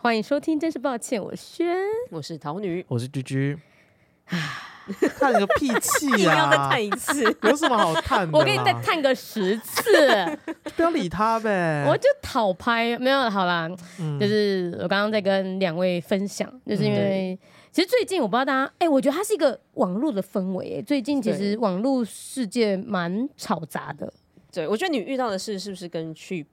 欢迎收听，真是抱歉，我轩。我是桃女， 我是居居。叹个屁一气定要再 啊！看一次。有什么好叹的啦？我给你再探个 十次，不要理他呗。我就讨拍没有好啦。嗯就是我刚刚在跟两位分享，就是因嗯为其实最近我不知道大家，哎、我觉得它是一个网络的氛围、哎，最近其实对网络世界蛮吵杂的， 对，我觉得你遇到的事是不是跟 Cheap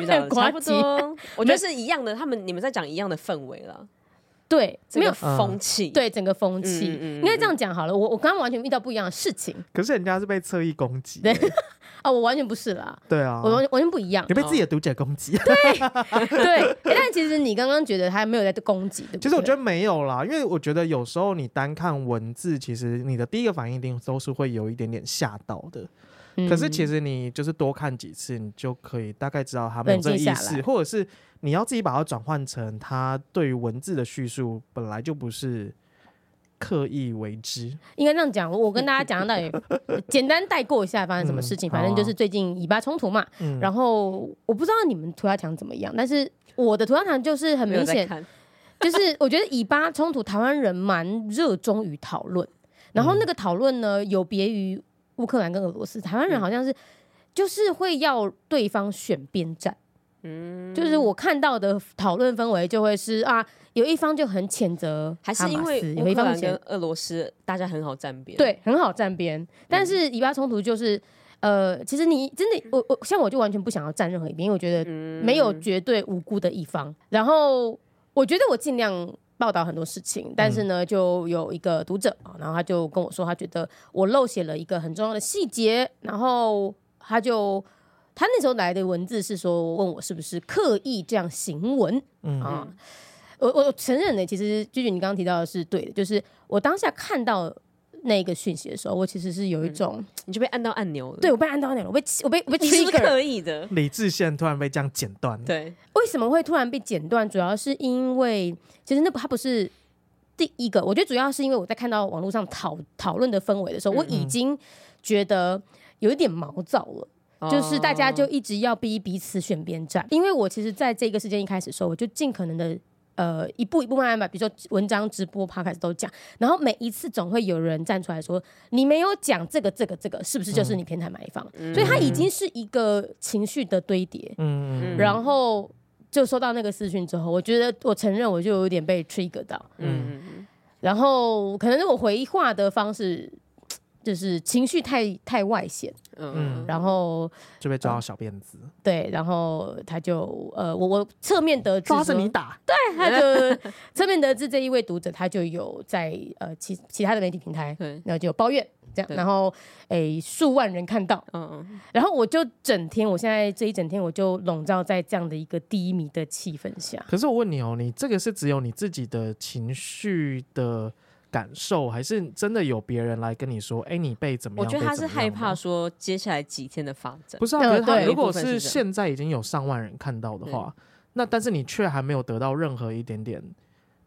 遇到 的呱唧差不多？我觉得是一样的，他们你们在讲一样的氛围了，对，这没个有嗯风气。，对整个风气。嗯嗯嗯应该这样讲好了，我我刚刚完全遇到不一样的事情可是人家是被侧翼攻击对欸，啊、我完全不是啦，对啊，我完哦全完全不一样你。被自己的读者攻击。对，欸但其实你刚刚觉得他没有在攻击，对不对？其实我觉得没有啦，因为我觉得有时候你单看文字，其实你的第一个反应一定都是会有一点点吓到的。嗯，可是其实你就是多看几次，你就可以大概知道他们有这个意冷静下来思，或者是你要自己把它转换成他对于文字的叙述本来就不是刻意为之。应该这样讲，我我跟大家讲到 底，简单带过一下发生什么事情，嗯反正好啊就是最近以巴冲突嘛。嗯，然后我不知道你们涂鸦墙怎么样，但是我的涂鸦墙就是很没有明在显，看。 就是我觉得以巴冲突，台湾人蛮热衷于讨论，嗯然后那个讨论呢，有别于乌克兰跟俄罗斯，台嗯湾人好像是。就是会要对方选边站，嗯，就是我看到的讨论氛围就会是啊，有一方就很谴责还是哈马因为斯有乌一克方兰谴跟俄罗斯大家很好站边。，对，很好站边。但是以巴冲突就是，呃，其实你真的，我我像我就完全不想要站任何一边，因为我觉得没有绝对无辜的一方。然后我觉得我尽量。报道很多事情，但是呢，就有一个读者啊，然后他就跟我说，他觉得我漏写了一个很重要的细节，然后他就他那时候来的文字是说，问我是不是刻意这样行文，嗯啊。我我承认的，其实娟娟你刚刚提到的是对的，就是我当下看到那个讯息的时候，我其实是有一种，你就被按到按钮了。对我被按到那种，我被气我被我被嗯你是 trigger，刻意的。理智线突然被这样剪断，，对，为什么会突然被剪断？主要是因为其实那不它不是第一个，我觉得主要是因为我在看到网络上讨讨论的氛围的时候，嗯我已经觉得有一点毛躁了。就是大家就哦一直要逼彼此选边站。因为我其实在这个事件一开始的时候，我就尽可能的。呃，一步一步慢慢把，比如说文章、直播、p 开始都讲，然后每一次总会有人站出来说，你没有讲这个、这个、这个，是不是就是你偏袒买方？所以它已经是一个情绪的堆叠，嗯，嗯然后就收到那个私讯之后，我觉得我承认我就有点被 trigger 到，嗯嗯然后可能是我回话的方式就是情绪太太外显，嗯嗯，然后就被抓到小辫子，对，然后他就呃，我我侧面得知抓着说你打，哎他就侧面得知这一位读者，他就有在呃其其他的媒体平台，对，然后就有抱怨这样，对然后诶数万人看到，嗯嗯，然后我就整天，我现在这一整天我就笼罩在这样的一个低迷的气氛下，可是我问你哦，你这个是只有你自己的情绪的感受，还是真的有别人来跟你说，哎，你被怎么我样？觉得被他怎是么样害怕呢说接下来几天的发展。不是啊，呃可是他对如有一部果分是是这样现在已经有上万人看到的话，那但是你却还没有得到任何一点点，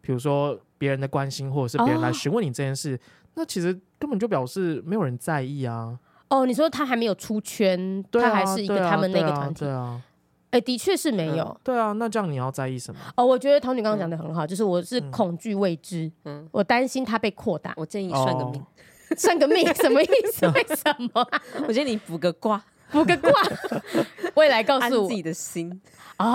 比如说别人的关心，或者是别人来哦询问你这件事，那其实根本就表示没有人在意啊。哦，你说他还没有出圈，对啊，他还是一个对啊他们那对个啊团体对，啊，哎、的确是没有。对啊，那这样你要在意什么？哦，我觉得童女刚刚嗯讲的很好，就是我是恐惧未知，嗯我担心它被扩大，我建议你算个命 哦，算个 命什么意思？为什么啊、我建议你卜个卦，补个卦，未来告安诉自我己的心。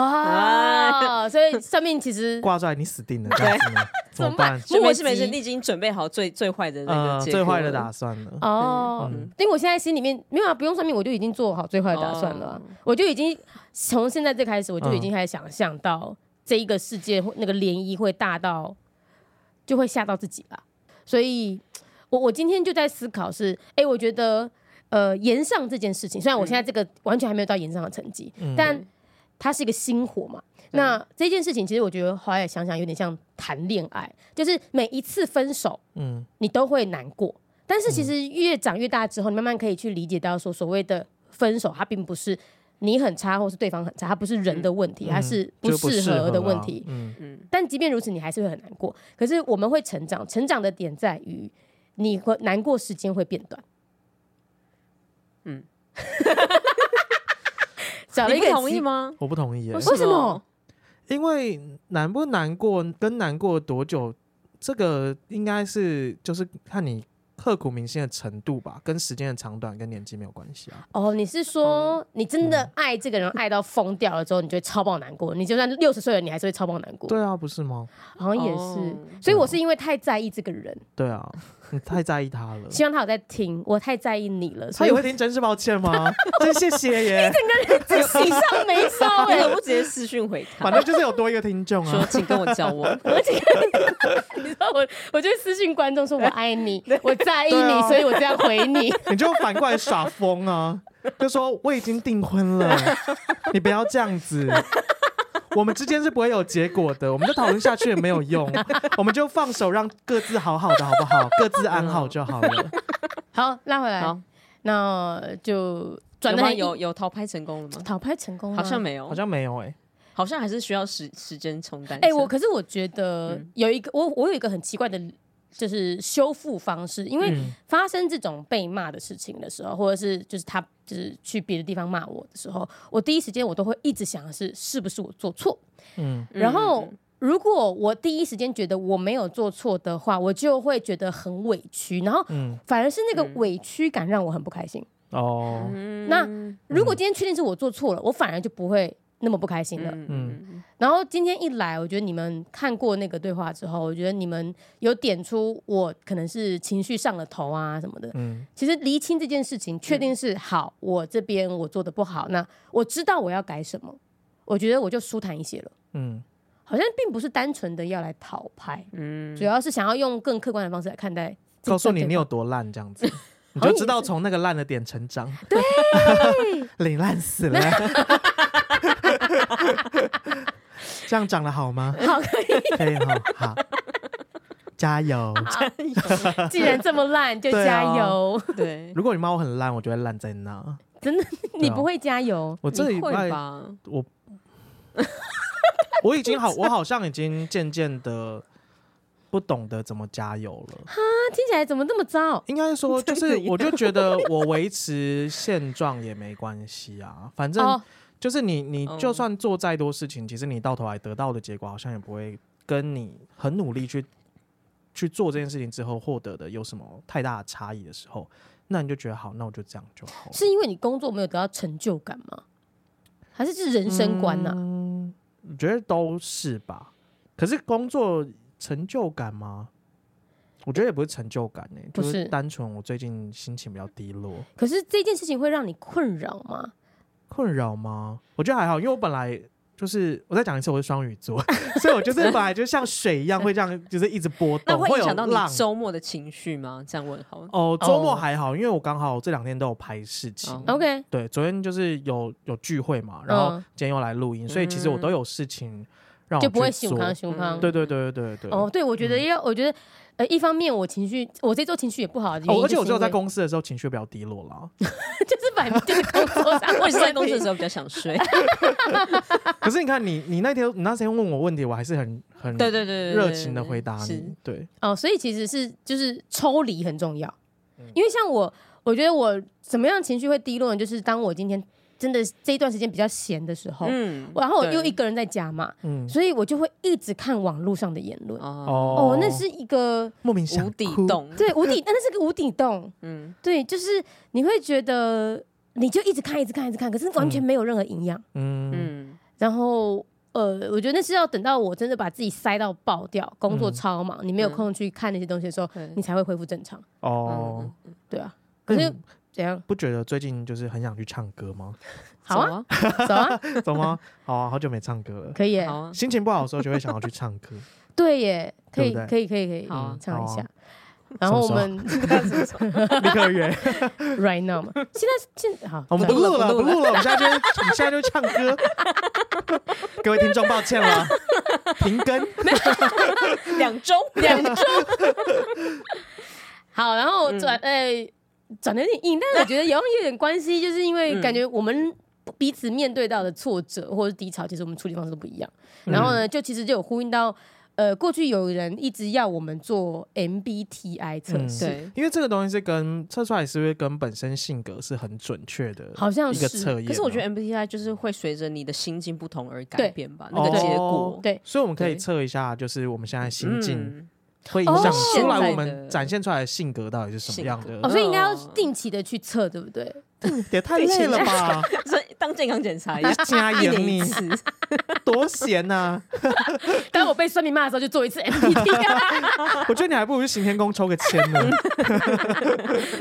哦，所以算命 其实挂出来你死定了，这样 子呢怎么办？就没事莫没及事，你已经准备好最最坏的那呃，个结最果坏的了打算了。嗯哦，因为我现在心里面没有啊，不用算命，我就已经做好最坏的打算了啊、我就已经从现在这开始，我就已经开始想象到这一个世界会那个涟漪会大到就会吓到自己啦。所以，我我今天就在思考是，哎、我觉得呃，延上这件事情，虽然我现在这个完全还没有到延上的成嗯绩，但它是一个星火嘛。那这件事情，其实我觉得后来想想，有点像谈恋爱，就是每一次分手，嗯，你都会难过。但是其实越长越大之后，你慢慢可以去理解到说，所谓的分手，它并不是你很差或是对方很差，它不是人的问嗯题，它是不就不适合的啊问题。嗯，但即便如此，你还是会很难过。可是我们会成长，成长的点在于你会难过时间会变短。嗯 嗯，找了你一不个同意词吗？哦我不同意耶。为什么？因为难不难过跟难过多久，这个应该是就是看你刻骨铭心的程度吧，跟时间的长短跟年纪没有关系啊。哦，你是说你真的爱这个人爱到疯掉了之后，你就会超爆难过？你就算六十岁了，你还是会超爆难过？对啊，不是吗？好像也哦 是。所以我是因为太在意这个人，对啊，你太在意他 了。希望他有在听，我太在意你了，所他以也我会听，真是抱歉吗？真谢谢耶， 这喜上眉梢哎 你 可不啊直接私讯回他反，正就是有多一个听啊众说啊。请跟我交 往？而且你知道我，我就会私信观众说我爱你，我在意对你，啊所以我这样回你。你就反过来耍疯啊，就说我已经订婚了，你不要这样子。我们之间是不会有结果的，我们就讨论下去也没有用，我们就放手让各自好好的，好不好？各自安好就好了。好，拉回来好，，那就转有的吗很有有淘拍成功了吗？讨拍成功吗好像没有，嗯好像没有哎、好像还是需要时时间冲淡一下。哎、我可是我觉得嗯有一个我我有一个很奇怪的，就是修复方式，因为嗯发生这种被骂的事情的时候，或者是就是他就是去别的地方骂我的时候，我第一时间我都会一直想的是是不是我做错，嗯，嗯然后。如果我第一时间觉得我没有做错的话，我就会觉得很委屈，然后嗯反而是那个委屈感让我很不开心。哦，嗯 那如果今天确定是我做错了，我反而就不会那么不开心了。嗯嗯嗯，然后今天一来，我觉得你们看过那个对话之后，我觉得你们有点出我可能是情绪上了头啊什么的。嗯其实厘清这件事情，确定是好，我这边我做的不好，那我知道我要改什么，我觉得我就舒坦一些了。嗯好像并不是单纯的要来讨拍，嗯主要是想要用更客观的方式来看待自己告诉你对你有多烂这样 子，你就知道从那个烂的点成长。 对，你烂死了。 这样长得好吗？好可以。可以哈，好，加油。既然这么烂，就对啊加油。啊 对，啊如果你骂我很烂，我就会烂在那。 真的，你不会加油？我这你礼会拜吧？我我已经好，我好像已经渐渐的不懂得怎么加油 了。啊那啊听起来怎么这么糟？应该说，就是我就觉得我维持现状也没关系啊，反正哦，就是你你嗯就算做再多事情，其实你到头来得到的结果好像也不会跟你很努力去去做这件事情之后获得的有什么太大的差异的时候，那你就觉得好，那我就这样就好了。是因为你工作没有得到成就感吗？还是是人生观啊呐、嗯，我觉得都是吧。可是工作成就感吗？我觉得也不是成就感欸呢、不就是单纯我最近心情比较低落，可是这件事情会让你困扰吗？困扰吗？我觉得还好，因为我本来就是我再讲一次，我是双鱼座，所以我就是本来就像水一样会这样，就是一直波那动，会会影有响到你浪。周末的情绪吗？这样问好 了。哦，周末还好，因为我刚好这两天都有拍事情。哦，OK，对，昨天就是有有聚会嘛，然后今天又来录音，所以其实我都有事情让我嗯就不会去胸做康胸康。对对嗯对对对对。哦，对，我觉得要，我觉得呃，一方面我情绪，我这周情绪也不好的原因哦，而就且是因为、我只有在公司的时候情绪比较低落啦。 就是反正就是工作上我也是在问公司题的时候比较想 睡。可是你看你，你那天你那天问我问题，我还是很很对对对对，对热情的回答。是你。对，哦，所以其实是就是抽离很重要，嗯因为像我，我觉得我怎么样情绪会低落呢？就是当我今天真的这一段时间比较闲的时候，嗯然后我对又一个人在家嘛，嗯，所以我就会一直看网络上的言论。哦，哦哦，那是一个莫名想无底哭， 洞，对无底，但那是个无底洞。嗯，对，就是你会觉得你就一直看，一直看，一直看，可是完全没有任何营养。嗯嗯然后呃，我觉得那是要等到我真的把自己塞到爆掉，工作嗯超忙，你没有空去看那些东西的时候，对你才会恢复正常。哦。对啊，可那是你怎样？不觉得最近就是很想去唱歌吗？好啊，啊，走啊，怎么？好啊，好久没唱歌了。可以耶好， 啊，心情不好的时候就会想要去唱歌。 对耶，可以，对不对可以，可以，可以好啊，唱一好啊下。然后我什么时们 立刻 约，哦 right now 嘛，现在现好，我们不不录录了，了不不录了，我们现在就我们现在就去唱歌。 各位听众，抱歉了，停更。两 周两周。好，然后转嗯呃转的有点硬，但是我觉得也好像有点关系，就是因嗯为感觉我们彼嗯此面对到的挫折或者是低潮，其实我们处理方式都不一样。然后呢，就其实就有呼应到。呃，过去有人一直要我们做 MBTI 测试，对，因为这个东西嗯是跟测出来是会跟本身性格是很准确的好像一个是。测验。啊可是我觉得，得 MBTI 就是会随着你的心境不同而对改变吧，那个结哦果。对，所以我们可以对测一下，就是我们现在心境嗯，会影响哦出来我现在们的展现出来的性格到底是什么样哦，性格的。所以应该要哦定期的去测，对不对？哦也太累了 吧， 所以当健康检查一那样，加一盐年你 一次。多闲啊呐！当我被算命骂的时候，就做一 次 MBTI 我觉得你还不如去行天宫抽个签呢。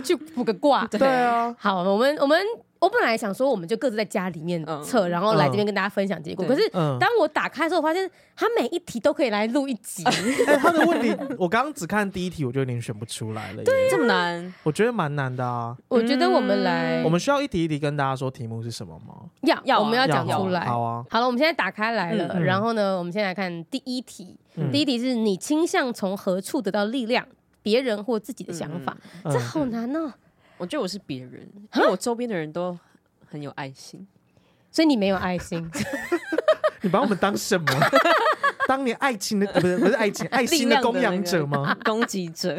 去卜个卦。 对对啊，好，我们我们我本来想说，我们就各自在家里面嗯测，然后来这边跟大家分享结果。嗯可是嗯，当我打开的时候，发现它每一题都可以来录一集， 哎，他的问题，我刚刚只看第一题，我就已经选不出来了。对，啊这么难，我觉得蛮难的啊。我觉得我们来，嗯我们需要一题一题跟大家说题目是什么吗？要要啊我们要讲好出来。好啊，好了，我们现在打开来了，嗯嗯然后呢，我们先来看第一题。嗯第一题是你倾向从何处得到力量，别人或自己的想法，这嗯，好难哦。我觉得我是别人，因为我周边的人都很有爱心。所以你没有爱心，你把我们当 什么？当年爱情的呃不是不是爱情，爱心的供养者吗？攻击者，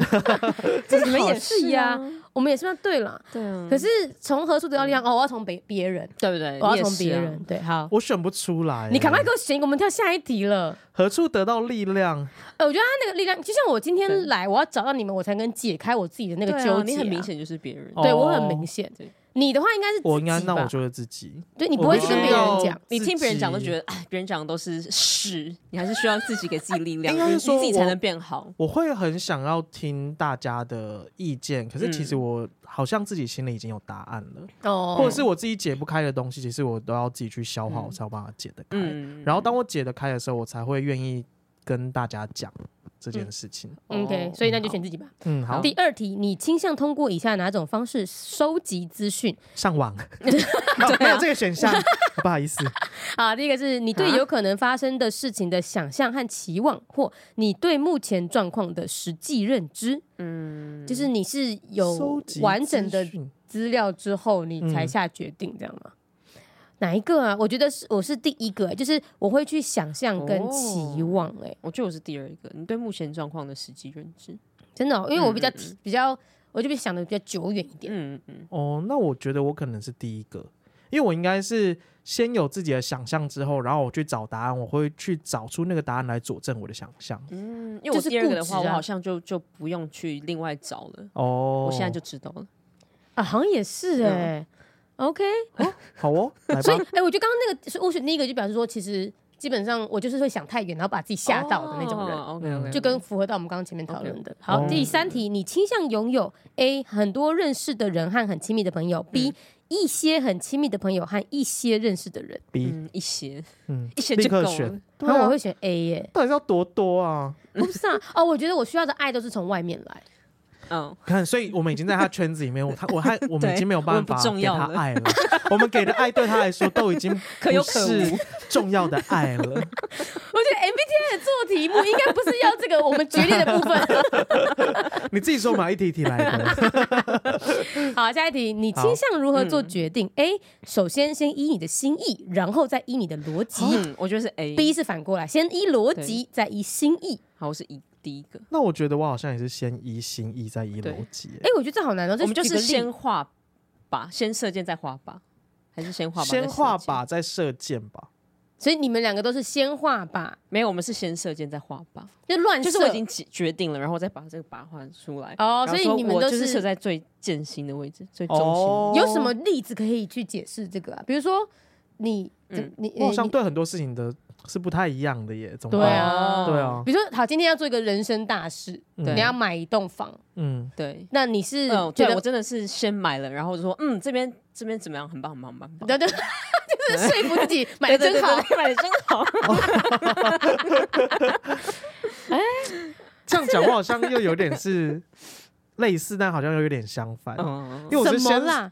这你们也是呀，我们也是吗？对了，对啊，可是从何处得到力量？哦，我要从别别人，对不对？我你要也从是别啊人。对，好，我选不出来。你赶快给我选一个，我们跳下一题了。何处得到力量？呃，我觉得他那个力量，就像我今对天来，我要找到你们，我才能解开我自己的那个对啊纠结啊。你很明显就是别人。哦对我很明显对。你的话应该是我应该自己那我吧就是自己。对你不我会必去须跟别人要讲，你听别人讲都觉得。得，哎，别人讲的都是屎，你还是需要自己给自己力量，应该你是你说自己才我能变好。我会很想要听大家的意见，嗯可是其实我好像自己心里已经有答案了，哦，或者是我自己解不开的东西，其实我都要自己去消化，嗯我才有办法解得开。嗯，然后当我解得开的时候，我才会愿意跟大家讲这件事情。 OK，哦嗯所以那就选自己吧。嗯，好，第二题，你倾向通过以下哪种方式收集资讯？上网， 哦没有这个选项，不好意思。啊，第一个是你对有可能发生的事情的想象和期望，或你对目前状况的实际认知。嗯，就是你是有收集完整的资讯资料之后，你才嗯下决定，这样吗？哪一个啊？我觉得是我是第一个、就是我会去想象跟期望、哎、我觉得我是第二个，你对目前状况的实际认知。真的哦、因为我比较提、比较，我就比较想的比较久远一点。嗯嗯，哦，那我觉得我可能是第一个，因为我应该是先有自己的想象之后，然后我去找答案，我会去找出那个答案来佐证我的想象。嗯因为我就是第二个固的话，执我啊好像就就不用去另外找了，哦，我现在就知道了。啊，好像也是哎、OK，好哦，来所以吧。哎、我觉得刚刚那个是我选第一个，就表示说，其实基本上我就是会想太远，然后把自己吓到的那种人， OK 哦嗯 OK，就跟符合到我们刚刚前面讨论的。好，哦第三题，你倾向拥有 A 很多认识的人和很亲密的朋友，B、一些很亲密的朋友和一些认识的人。 B，嗯一些嗯，一些立就够刻选了。。然后我啊会选 A 耶、到底是要多多啊？我不知道哦，我觉得我需要的爱都是从外面来。嗯，哦看，所以我们已经在他圈子里面， 我他我还我们已对经没有办法我们不重给要他了爱了。我们给的爱对他来说都已经可有不可是无重要的爱 了。我觉得 MBTI 的做题目应该不是要这个我们决裂的部分。你自己说嘛，一题一题来 的。 好，下一题，你倾好向如何做嗯决定、a 首先先依你的心意，然后再依你的逻辑。嗯，我觉得是 A。 B 是反过来，先依逻辑，再依心意。好，我是一第一哦个。那我觉得我好像也是先依心意，再依对逻辑耶。哎、我觉得这好难哦、这我们就举个是例先画靶，先射箭再画靶，还是先画靶？先画，靶再射箭吧。所以你们两个都是先画靶，没有，我们是先射箭再画靶，就乱就射。是我已经决决定了，然后我再把这个靶画出来。哦，然后所说以你们我都就是射在最剑心的位置，最中哦心。哦有什么？例子可以去解释这个啊？比如说你，嗯你，我好像你对很多事情的是不太一样的耶。怎么对办？哦啊，对。啊，比如说，好，今天要做一个人生大事，嗯你要买一栋房，嗯，对，那你是嗯，觉对得我真的是先买了，然后我就说，嗯，这边这边怎么样，很棒，很棒，很棒很棒。对对， 就是说服自 己买的真好对，，对对对买的真 好。这样讲我好像又有点是类似，但好像又有点相反。嗯，因为我是什么先啦？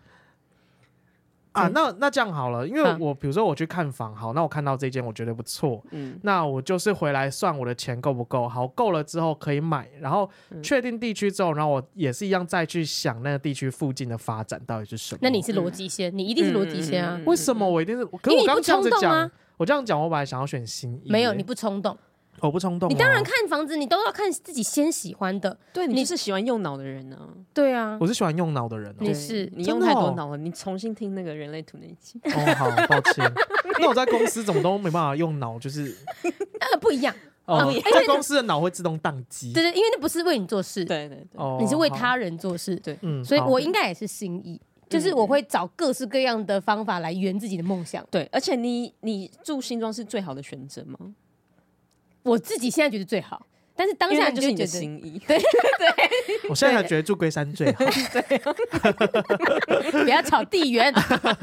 啊，嗯那那这样好了，因为嗯我比如说我去看房，好，那我看到这间我觉得不错，嗯，那我就是回来算我的钱够不够，好够了之后可以买，然后嗯确定地区之后，然后我也是一样再去想那个地区附近的发展到底是什么。那你是逻辑先，你一定是逻辑先啊嗯嗯嗯嗯，嗯为什么我一定是？可因是为我刚刚你不这样冲子动啊嗯讲，我这样讲，我本来想要选新一耶，没有你不冲动，啊我不啊冲动、哦。你当然，看房子，你都要看自己先喜欢的。对你你就是喜欢用脑的人呢、啊。对啊，我是喜欢用脑的人、哦。你对是你真用的太哦多脑了，你重新听那个人类图那一集。哦，好，抱 歉。那我在公司怎么都没办法用脑，就是呃不一样，嗯哦哦因为，在公司的脑会自动宕机。对对，因为那不是为你做事， 对哦对对，哦，你是为好，他人做事，嗯所以好我应该也是心意，就是我会找各式各样的方法来圆自己的梦想。 对，而且你你住新庄是最好的选择吗？我自己现在觉得最好，但是当因为下那你就是你觉的得心 意。我现在才觉得住龟山最好。不要吵地 缘。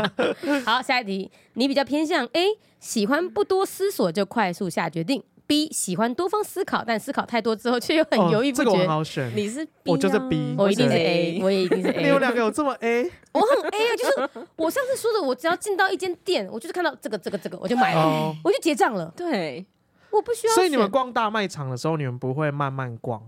好，下一题，你比较偏向 A，喜欢不多思索就快速下决定；B，喜欢多方思考，但思考太多之后却 又很哦犹豫不这个我决。很好选。你是 B，、啊、我就是 B，我一定是对 A，我也 一定是你 A。们两个有这么 A？我很 A 啊，就是我上次说的，我只要进到一间店，我就是看到这个、这个、这个，我就买了，哦，我就结账了，对，我不需要选。所以你们逛大卖场的时候，你们不会慢慢逛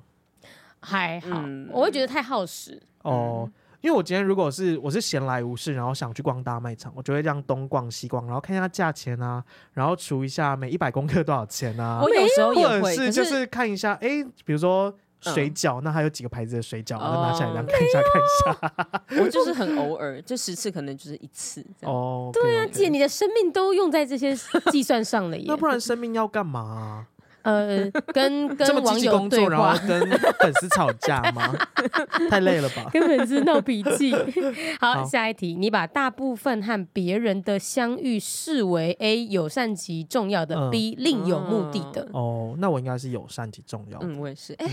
还好嗯，我会觉得太耗时。嗯哦。因为我今天如果是我是闲来无事，然后想去逛大卖场，我就会这样东逛西逛，然后看一下价钱啊，然后除一下每一百公克多少钱啊，我有时候也或者会，是可就是看一下，哎，比如说嗯水饺，那还有几个牌子的水饺，我就拿下来这哦样看一下看一下。我就是很偶尔，就十次可能就是一次这样。哦，对啊姐，你的生命都用在这些计算上了 耶那。不然生命要干嘛啊？呃， 跟这么积跟网极友工对作，然话后。跟 粉丝吵架吗？ 太累了吧？根本是闹脾 气。好，好下一题，你把大部分和别人的相遇视为 A 友善及重要的、嗯 b 另有目的的。哦，那我应该是友善及重要的。嗯，我也是。哎、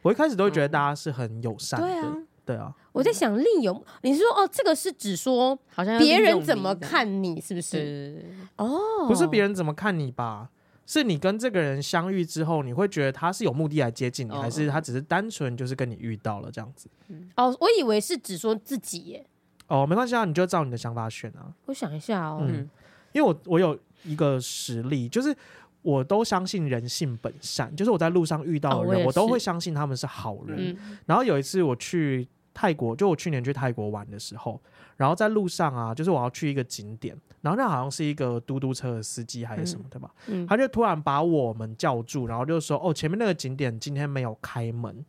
我一开始都会嗯觉得大家是很友善的，对啊，对啊，我在想，另有，你是说哦，这个是指说好像要别利人用怎你么这样？看你，是不对是？对对对哦，不是别人怎么看你吧，是你跟这个人相遇之后，你会觉得他是有目的来接近你，哦还嗯是他只是单纯就是跟你遇到了这样子？哦，我以为是指说自己耶。哦，没关系啊，你就照你的想法选啊。我想一下哦，嗯嗯，因为我我有一个实例，就是我都相信人性本善，就是我在路上遇到的哦我人，也我都是会相信他们是好人。嗯，然后有一次我去泰国，就我去年去泰国玩的时候，然后在路上啊，就是我要去一个景点，然后那好像是一个嘟嘟车的司机还是什么的吧，嗯他就突然把我们叫住，然后就说：“哦，前面那个景点今天没有开门。”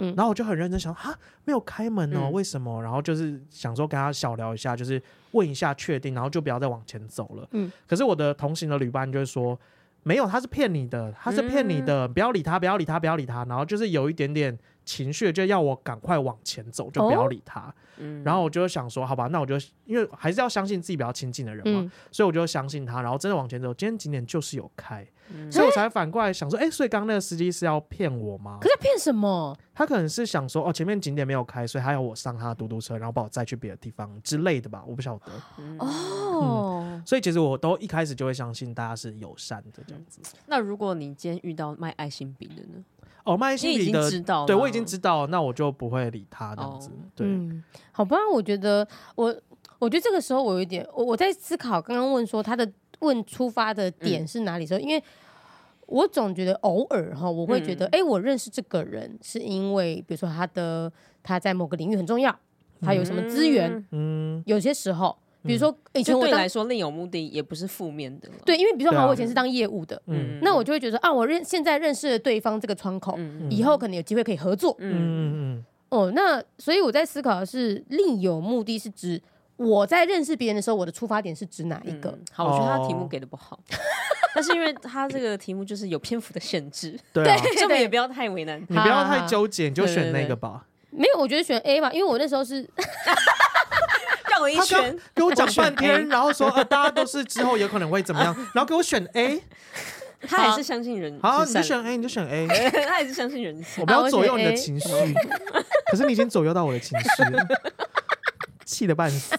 嗯然后我就很认真想，哈，没有开门哦，嗯为什么？然后就是想说跟他小聊一下，就是问一下确定，然后就不要再往前走了。嗯可是我的同行的旅伴就是说，没有，他是骗你的，他是骗你嗯的，不要理他，不要理他，不要理他。然后就是有一点点情绪，就要我赶快往前走，就不哦要理他。嗯然后我就想说，好吧，那我就因为还是要相信自己比较亲近的人嘛，嗯，所以我就相信他，然后真的往前走。今天景点就是有开，嗯所以我才反过来想说，哎、所以刚刚那个司机是要骗我吗可？是他骗什么？他可能是想说，哦，前面景点没有开，所以他要我上他的嘟嘟车，然后把我载去别的地方之类的吧，我不晓得。哦，所以其实我都一开始就会相信大家是友善的这样子。那如果你今天遇到卖爱心笔的呢？哦，麦你心已里经的知道了，对我已经知道，那我就不会理他这样子。哦对，嗯，好吧，我觉得我，我觉得这个时候我有一点，我我在思考刚刚问说他的问出发的点嗯是哪里的时候，因为我总觉得偶尔哈，我会觉嗯得，哎、我认识这个人是因为，比如说他的他在某个领域很重要，他有什么资源，嗯，嗯，有些时候，比如说以前就我对你当来说另有目的也不是负面的了。对，因为比如说对啊好，我以前是当业务的，嗯那我就会觉得啊，我认现在认识了对方这个窗口，嗯以后可能有机会可以合作，嗯嗯哦，那所以我在思考的是，另有目的是指我在认识别人的时候，我的出发点是指哪一个？嗯好，我觉得他的题哦目给的不好， 但是因为他这个题目就是有篇幅的限制，对啊，所以我们也不要太为难他。你不要好好太好纠结，你就对对选那对个吧。没有，我觉得选 A 吧，因为我那时候是 绕了一他圈刚，给我讲我选半天， A 然后说呃，大家都是之后有可能会怎么 样，然后给我选 A，他还是相信人，好，是你就善选 A，你就选 A，良的 他还是相信人性我。不要我左选右你的 A 情绪，可是你已经左右到我的 情绪了，气得半死。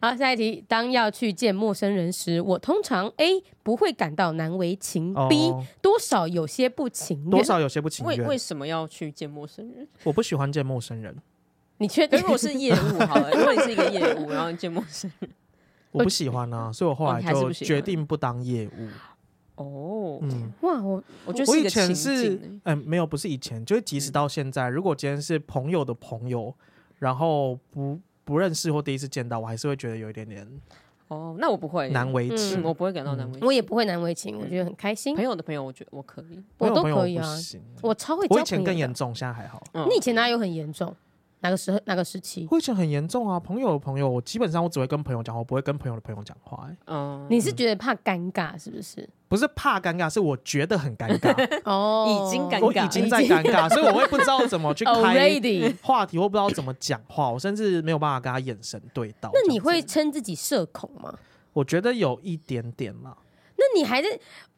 好，下一题，当要去见陌生人时，我通常 A 不会感到难为情、哦 b 多少有些不情愿。多少有些不情为为愿，什么要去见陌生人？ 我不喜欢见陌生人，你确可定是如？果是业务好了，如果你是一个业务，然后你见陌生人，我不喜欢啊，所以我后哦来你还是就不喜决欢定不当业务。哦，嗯， 哇，我我觉得我是一以个情嗯前境是欸。嗯、没有，不是以前，就是即使到现在，如果今天是朋友的朋友，然后不不认识或第一次见到，我还是会觉得有一点点哦，那我不会，难为情嗯，。我不会感到难为情。我也不会难为情，我觉得很开心朋，友的朋友，我觉得我可以。朋我友都朋友可以啊不行我超会我交以朋友前的。啊更严重，现在还好。嗯你以前哪有很严重？哪个时候？哪个时期？我以前很严重啊，朋友的朋友，我基本上我只会跟朋友讲话，我不会跟朋友的朋友讲话、欸。嗯，你是觉得怕尴尬是 不是？不是怕尴尬，是我觉得很尴 尬，哦，已经尴尬我已经在尴尬， 所以我会不知道怎么去开嗯，already。话题，我不知道怎么讲话，我甚至没有办法跟他眼神对到。那你这样会子？称自己社恐吗？我觉得有一点点啦。那你还在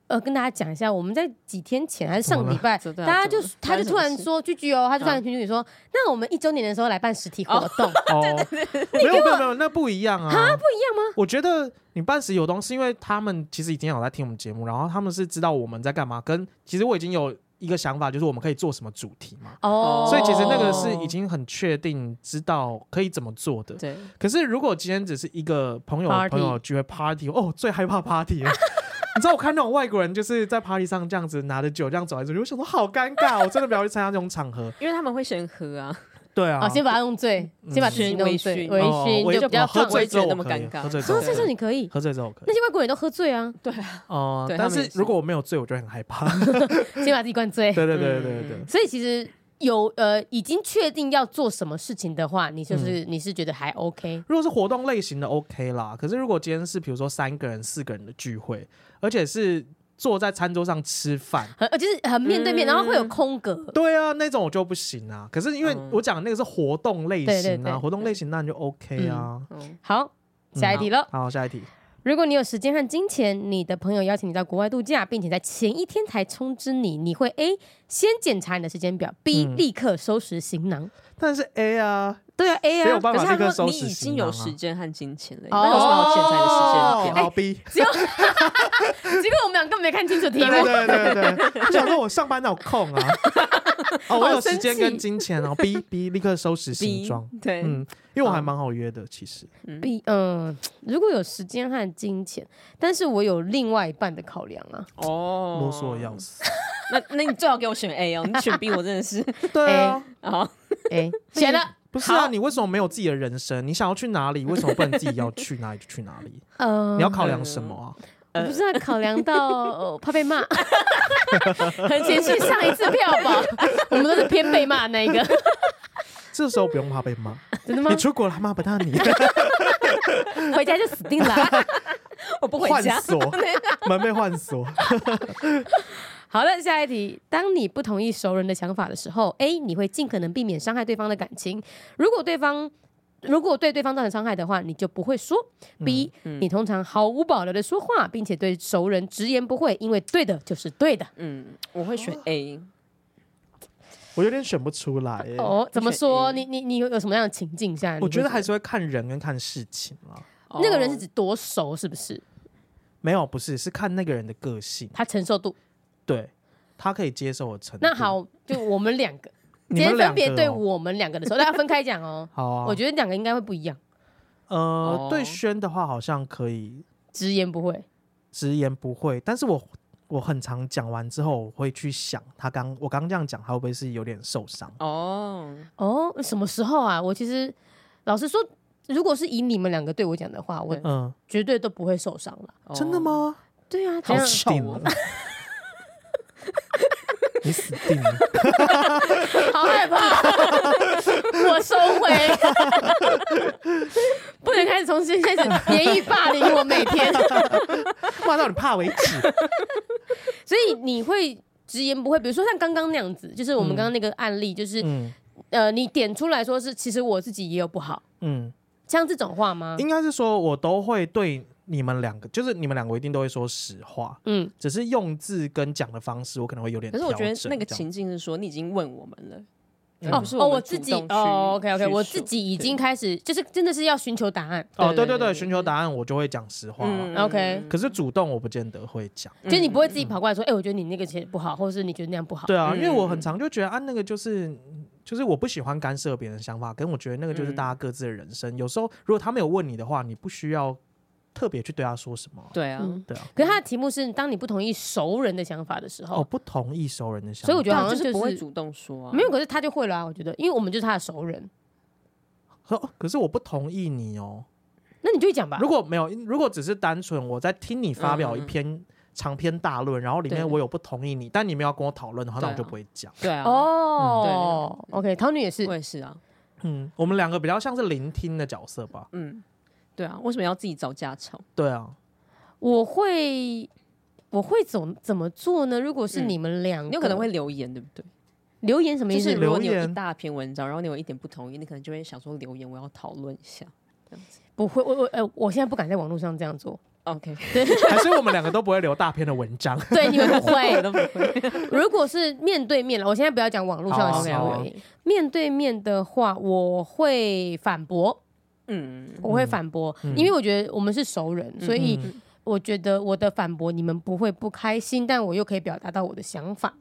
呃跟大家讲一下，我们在几天前还是上礼哦拜，怎么大了家就怎么了他就突然说居居哦，他就突然群主说，那我们一周年的时候来办实体活动，哦，没有没有没有，那不一样啊，不一样吗？我觉得你办实有东西，因为他们其实已经有在听我们节目，然后他们是知道我们在干嘛，跟其实我已经有一个想法，就是我们可以做什么主题嘛。 哦，所以其实那个是已经很确定知道可以怎么做的。对，可是如果今天只是一个朋友的 Party 朋友聚会 party，哦，最害怕 party 了。 你知道我看那种外国人就是在 party 上这样子拿着酒这样走来走去，我想说好尴尬，我真的不要去参加这种场合。因为他们会先喝啊，对啊，哦，先把他弄醉，嗯先把自己弄醉，先微微哦醺就比较喝放。醉之后我也觉得那么我可以尴尬喝醉之后喝我可醉以之后你可以，喝醉之后可以那。些外国人都喝醉啊，哦、 对但他们是也是如果我没有醉，我就会很害 怕。先把自己灌 醉。对对对对嗯对对所以其实有呃已经确定要做什么事情的话，你就是你是觉得还 OK，如果是活动类型的 OK 啦，可是如果今天是比如说三个人、四个人的聚会，而且是坐在餐桌上吃饭，很呃就是很面对面，嗯然后会有空格。对啊，那种我就不行啊。可是因为嗯我讲的那个是活动类型啊，对对对活动类型那你就 OK 啊。嗯，好，下一题了。好，下一题。如果你有时间和金钱，你的朋友邀请你到国外度假，并且在前一天才通知你，你会 A 先检查你的时间表，B 嗯立刻收拾行囊。但是 A 啊，对啊，A 谁有啊，办可法是立刻他收说你拾已经行有囊时啊？间和金钱了，哦哎那有什么好检查你的时间哎哦表？好 B， 结果我们俩根本没看清楚题对啊目。对对对对，我想说我上班哪有空啊？哦，我有时间跟金钱啊。B B 立刻收拾行装。 B，对，嗯，因为我还蛮好约的，其实。 B 嗯，如果有时间和金钱，但是我有另外一半的考量啊。哦啰嗦得要死。那那你最好给我选 A 哦，你选 B 我真的是对啊， 啊，哎，选了。不是啊，你为什么没有自己的人生？你想要去哪里，为什么不能自己要去哪里就去哪里？呃，你要考量什么啊？我不知道考量到、呃怕 被骂，很情绪上一次票吧，我们都是偏被骂那一 个，这时候不用怕被骂，真的吗你？出国了，他骂不到你，回家就死定 了啊。我不回换家。锁，门被换锁。好了，下一题。当你不同意熟人的想法的时候，A 你会尽可能避免伤害对方的感情。如果对方如果对对方造成伤害的话，你就不会说。B、你嗯通常毫无保留的说话，并且对熟人直言不讳，因为对的就是对的。嗯，我会哦选 A，我有点选不出来耶，哦，怎么选说？ A 你你你有有什么样的情境下？哎我觉得还是是会看人跟看事情啦。那个人是哦指多熟，是不是？没有，不是，是看那个人的个性，他承受度。对他可以接受的程度。那，好，就我们两个，今你天们两分个别对哦我们两个的时候，大家分开讲哦。好啊。我觉得两个应该会不一样，呃哦，对轩的话好像可以直言不讳。直言不讳，但是我我很常讲完之后，我会去想他刚我刚这样讲，他会不会是有点受伤？哦，哦，什么时候啊？我其实老实说，如果是以你们两个对我讲的话，我对嗯，绝对都不会受伤了。哦真的？吗？对啊，好怎样死定哦了， 你死定了！好害怕，我收回，不能开始从新开始言语霸凌我每天。骂到你怕为止。所以你会直言不讳，比如说像刚刚那样子，就是我们刚刚那个案例，就是、嗯呃，你点出来说是，其实我自己也有不好，嗯，像这种话吗？应该是说我都会对你们两个，就是你们两个我一定都会说实话，嗯，只是用字跟讲的方式，我可能会有点可调是整。我觉得那个这样情境是说你已经问我们了，嗯而哦不是哦，们我主自己动去哦，OK OK，去我自说己已对经开始，就是真的是要寻求答案。哦，对对对对，对对寻求答案我就会讲实话啦。嗯 OK 可是主动我不见得会讲。就你不会自己跑过来说，哎、我觉得你那个写得不好，或者是你觉得那样不好。对啊，因为我嗯很常就觉得啊，那个就是就是我不喜欢干涉别人的想法，跟我觉得那个就是嗯大家各自的人生。有时候如果他没有问你的话，你不需要特别去对他说什么啊。对啊，嗯对啊，可是他的题目是，当你不同意熟人的想法的时候，哦，不同意熟人的想法，所以我觉得好像啊就就是不会主动说啊，没有，可是他就会了啊。我觉得，因为我们就是他的熟人，可可是我不同意你哦，那你就讲吧如。果没有，如果只是单纯我在听你发表一嗯嗯嗯篇长篇大论，然后里面对我有不同意你，但你们要跟我讨论的话，那对我就啊不会讲。对啊，哦，OK，桃女也是我，也是啊，嗯，我们两个比较像是聆听的角色吧。嗯，对啊，为什么要自己找架吵？对啊，我会我会怎怎么做呢？如果是嗯你们两个，你有可能会留言，对不对？留言什么意就思？是如果你留有言一大篇文章，然后你有一点不同意，你可能就会想说留言，我要讨论一下。不会，我我呃，我现在不敢在网络上这样做。 OK，还是我们两个都不会留大篇的文章。对，你们不我 会。都不会。如果是面对面了，我现在不要讲网络上的好行好好为。面对面的话，我会反驳，嗯，我会反驳，嗯因为我觉得我们是熟人，所以嗯我觉得我的反驳你们不会不开心，但我又可以表达到我的想法。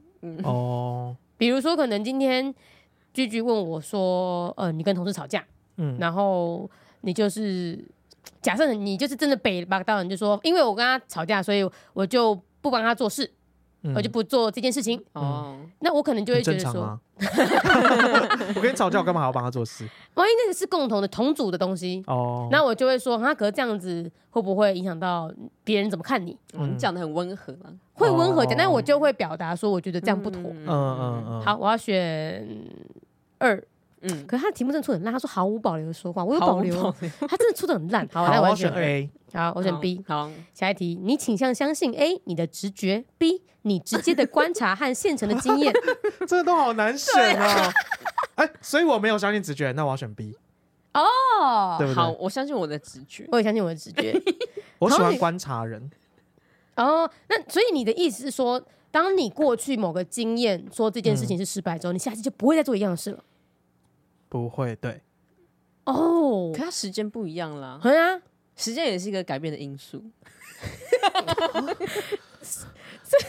哦，比如说，可能今天居居问我说：“呃，你跟同事吵架，嗯然后你就是假设你就是真的北吧，当然就说，因为我跟他吵架，所以我就不帮他做事，嗯我就不做这件事情。哦，那我可能就会很觉正得常说，啊。 我跟你吵架，我干嘛还要帮他做事？万一那个是共同的同组的东西，哦，那我就会说，他可是这样子会不会影响到别人怎么看你？哦你讲的很温和啊，会温和一点，哦但我就会表达说，我觉得这样不妥。嗯嗯嗯嗯，好，我要选二。嗯，可是他的题目真的出得很烂，他说毫无保留的说话，我有毫无保留哦，保留他真的出的很烂。好，好，那我我要要选选 A。好，我选 B。好，好下一题，你倾向相信 A 你的直觉，B 你直接的观察和现成的经 验。这都好难选啊哦。 哎，所以我没有相信直觉，那我要选 B，哦，对不好，对？我相信我的直觉。我也相信我的直觉。我喜好欢你观察人，哦，那所以你的意思是说，当你过去某个经验说这嗯件事情是失败之后，你下次就不会再做一样的事了。不会对。哦可，它时间不一样啦，对啊， 时间也是一个改变的因素。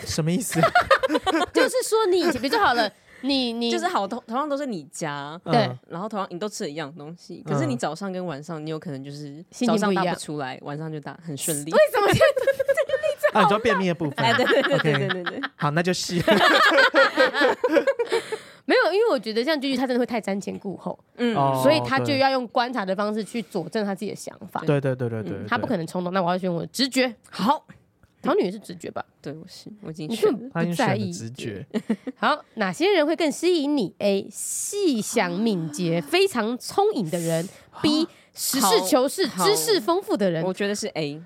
什么意思？就是说你以前比如说好了，你你就是好，同同样都是你家， 对嗯然后同样你都吃了一样东西，可是你早上跟晚上，你有可能就是心情早上不一大样不出来，晚上就大很顺利。为什么现在啊，你说便秘的部 分哎，，对对对对 OK 对对对，好，那就是没有？因为我觉得像句句他真的会太瞻前顾后，嗯，哦所以他就要用观察的方式去佐证他自己的想法。对对对对对，对嗯他不可能冲动，那我要选我的直觉。好，桃女也是直觉吧？对我是我已经你选根了本他已不经在选意了直觉。好，哪些人会更吸引你？A. 细想敏捷、啊非常聪颖的人；B. 实事求是、好知识丰富的人我。觉得是 A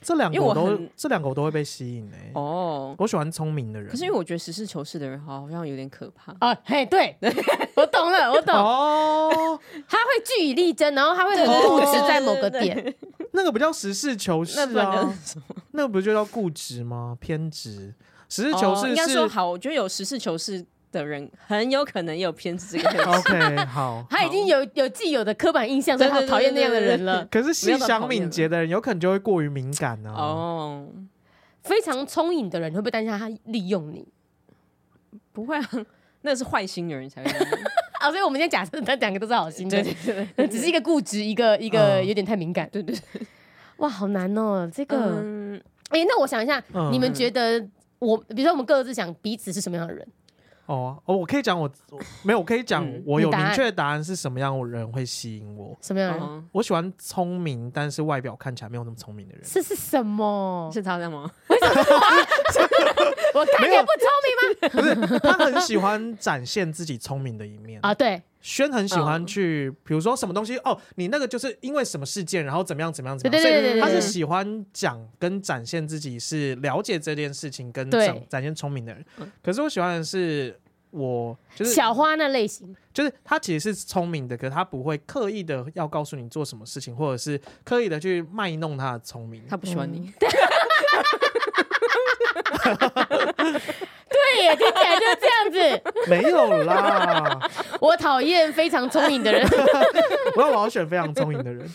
这两个因为我我都很，这两个我都会被吸引诶。哦。我喜欢聪明的人，可是因为我觉得实事求是的人好像有点可怕，啊，嘿，对， 我懂了，我懂。哦，他会据以力争，然后他会很对固对执对在某个对点。那个不叫实事求是那不然叫啊，那个不就叫固执吗？偏执，实事求哦是应该是说好，我觉得有实事求是的人很有可能也有偏执这 个特质。 OK 好。他已经有有既有的刻板印象，所以他对对对讨厌那样的对对人了。可是细想敏捷的人，有可能就会过于敏感呢、啊。哦，非常聪颖的人，你会不会担心他利用你？不会啊，那是坏心的人才会这样。啊，所以我们现在假设那两个都是好心的对，对只是一个固执，一个一个嗯有点太敏感。对对，哇，好难哦，这个。 嗯，哎、那我想一下，嗯你们觉得我，比如说我们各自想彼此是什么样的人？哦哦，我可以讲我我没有，我可以讲嗯我有你答案明确答案是什么样的人会吸引我。什么样的人？哦我喜欢聪明，但是外表看起来没有那么聪明的 人。这是什 么？是他这样吗？我看起没来有不聪明不吗？是，他很喜欢展现自己聪明的一面。啊，对，轩很喜欢嗯去，比如说什么东西哦，你那个就是因为什么事件，然后怎么样怎么样怎么对样，对所对以对他对是对喜欢讲跟展现自己是了解这件事情跟对展展现聪明的人嗯。可是我喜欢的是，我就是小花那类型，就是他其实是聪明的，可是他不会刻意的要告诉你做什么事情，或者是刻意的去卖弄他的聪明。他不喜欢你，对耶，听起来就是这样子。 没有啦，我讨厌非常聪明 的人，我要我要选非常聪明的 人。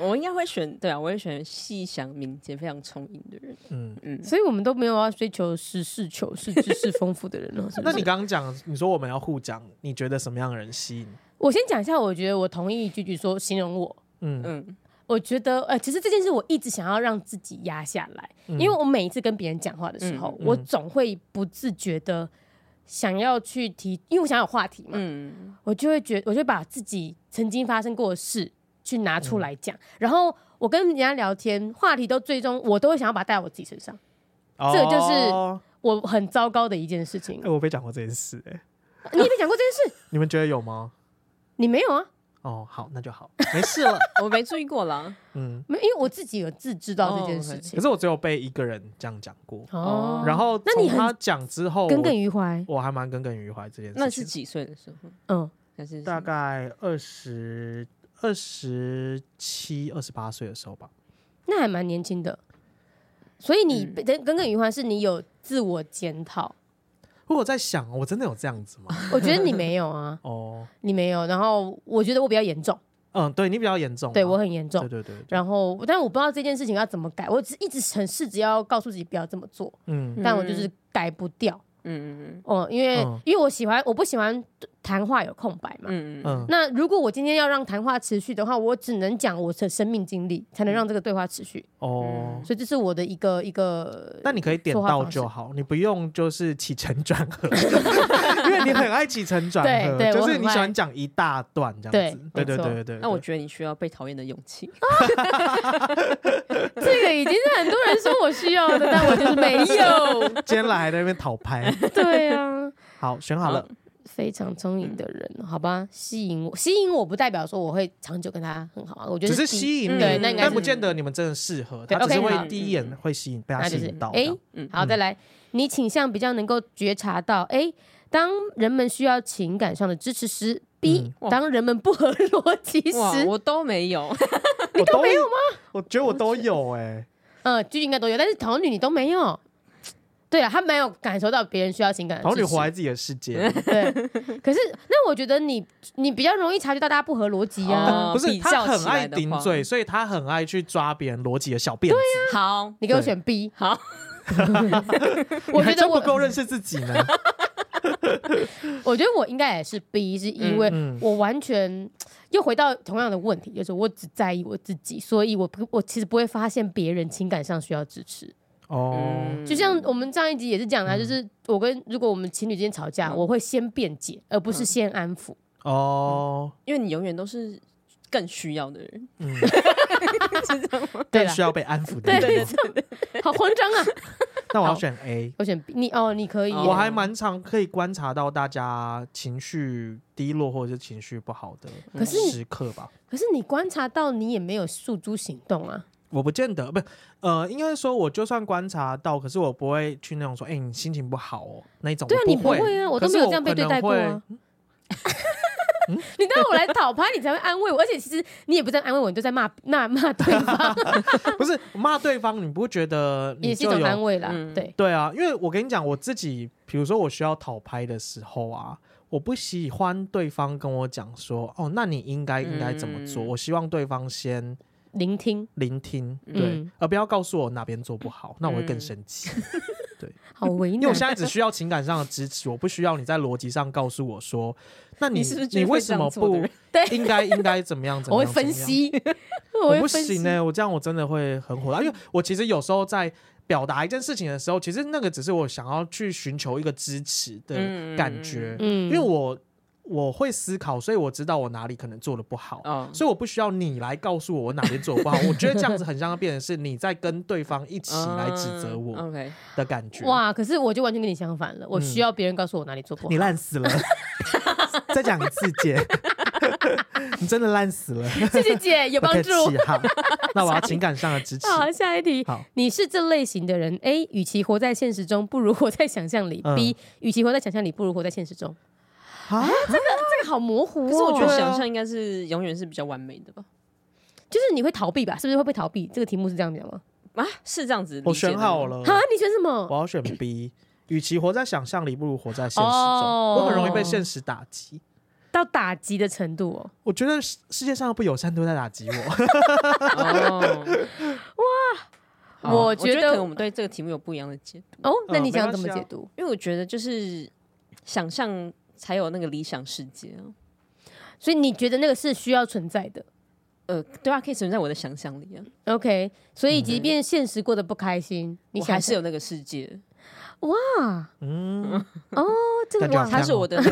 我应该会选对啊，我会选细想敏捷、非常聪明的人。嗯，嗯，所以我们都没有要追求实事求是、知识丰富的人哦了，是不那你是？刚刚讲，你说我们要互讲，你觉得什么样的人吸引？我先讲一下，我觉得我同意句句说形容我。嗯嗯，我觉得，呃，其实这件事我一直想要让自己压下来，嗯因为我每一次跟别人讲话的时候，嗯我总会不自觉的想要去提，因为我想要有话题嘛，嗯，我就会觉我就会把自己曾经发生过的事去拿嗯出来讲。然后我跟人家聊天，话题都最终我都会想要把它带到我自己身上，这就是哦我很糟糕的一件事情哎、。我被讲过这件事、哎，你也没讲过这件事，你们觉得有吗？你没有啊？哦，好，那就好，没事了。我没注意 过啦。 嗯，没有，因为我自己有自知道这件事情哦可。是我只有被一个人这样讲过，哦，然后那你从很他讲之后，耿耿于怀。我我还蛮耿耿于怀这件事情。那是几岁的时候？嗯，还是大概二十二十七、二十八岁的时候吧。那还蛮年轻的。所以嗯你耿耿耿于怀是你有自我检讨，如果我在想，哦我真的有这样子 吗？我觉得你没有啊，哦，你没有。然后我觉得我比较严重，嗯，对你比较严重啊，对我很严重对。对对，对然后，但我不知道这件事情要怎么改，我只一直很试着要告诉自己不要这么做，嗯，但我就是改不掉。嗯嗯哦、因为、嗯因为我喜欢，我不喜欢谈话有空白嘛。嗯嗯嗯那如果我今天要让谈话持续的话，我只能讲我的生命经历，才能让这个对话持续。哦，所以这是我的一个一个那你可以点说话到方式就好，你不用就是起承转合，因为你很爱起承转对合，对就我是很你喜爱欢讲一大段这样对子，对没对错对对对。那我觉得你需要被讨厌的勇气。 这个已经是很多人说我需要的，但我就是没有。得 今天来还在那边讨拍，对啊，好选好了， 非常聪明的人，好吧，吸引我，吸引我不代表说我会长久跟他很好啊，我觉只得是第一吸引嗯你，对那应该但是不见得你们真的适合，对他只是 OK，会好第一眼会吸引被他那吸就是引到。哎这样，嗯好，再来，你倾向比较能够觉察到，哎，当人们需要情感上的支持时；B，嗯哇当人们不合逻辑哇，时，我都没有。 我都没有吗？我觉得我 都有哎，嗯，剧应该都有，但是桃女你都没有。对啊，她没有感受到别人需要情感的然后支你持活在自己的世界，对，可是那我觉得你你比较容易察觉到大家不合逻辑啊。哦不是比他较很起爱来的顶话嘴，所以他很爱去抓别人逻辑的小辫子。啊好，你给我对选 B，好，我你还觉真得不我够认识自己呢。我觉得我应该也是 B，是因为嗯嗯我完全又回到同样的问题，就是我只在意我自己，所以我不我其实不会发现别人情感上需要支持。哦，嗯就像我们上一集也是讲啊，就是我跟如果我们情侣之间吵架，嗯我会先辩解，而不是先安抚。哦，因为你永远都是更需要的人，嗯，是这样吗？对更啦需，要被安抚的对那没种。错，好慌张啊！那我要好选 A。我选 B，你哦，你可以耶，好我还蛮常可以观察到大家情绪低落或者是情绪不好可的是你时刻吧。可是你观察到你也没有诉诸行动啊。我不见得不是，呃，应该是说，我就算观察到，可是我不会去那种说，哎、你心情不好哦，那一种。对啊，你不会，啊，我可都是没有我这样被可对能待过啊会。 你当我来讨拍，你才会安慰我，而且其实你也不在安慰我，你就在骂骂骂对方，啊不是骂对方，你不觉得你也是一就种安有？慰啦。嗯对，对啊，因为我跟你讲，我自己，比如说我需要讨拍的时候啊，我不喜欢对方跟我讲说，哦，那你应该应该怎么做？嗯我希望对方先聆听，聆听，对，嗯而不要告诉我哪边做不好，那我嗯会更生气。 好为因为我难。现 在只需要情感上的支持，我不需要你在逻辑上告诉我说，那你你是不是你就是为会什这么样做不的人 应该应该怎么样怎 我么会样？怎么分样，析， 我我会不分析行呢、。欸我这样我真的会很火大，因为我其实有时候在表达一件事情的时候，其实那个只是我想要去寻求一个支持的嗯感觉，因嗯为我我会思考，所以我知道我哪里可能做的不好。哦，所以我不需要你来告诉我我哪边做得不好，我觉得这样子很像变成是你在跟对方一 起来指责我嗯 OK，的感觉。嗯哇，可是我就完全跟你相反了，我需要别人告诉我哪里做不好。你烂死了！再讲一次，姐， 你真的烂死了， 谢谢姐，有不帮客助。气哈。那我要情感上的支持。好，下一题啊好。你是这类型的人，A，与其活在现实中，不如活在想象里嗯；B，与其活在想象里，不如活在现实中。啊，这个好模糊哦。可是我觉得对啊想象应该是永远是比较完美的吧？就是你会逃避吧？是不是会被逃避？这个题目是这样讲吗？啊，是这样子，我选好，了，啊，你选什么？我要选 B。与其活在想象里，不如活在现实中。哦我很容易被现实打击。到打击的程度哦。我觉得世世界上的不友善都在打击我。 哦，哇我我觉觉得可能我们对这个题目有不一样的解读，哦，那你嗯想没怎么关系解啊读？因为我觉得就是想象才有那个理想世界啊。所以你觉得那个是需要存在的呃，对啊，可以存在我的想象力啊， ？OK，所以即便现实过得不开心，你我想嗯还是有那个世界，哇，嗯，哦这个感觉好哇看它是我的那个，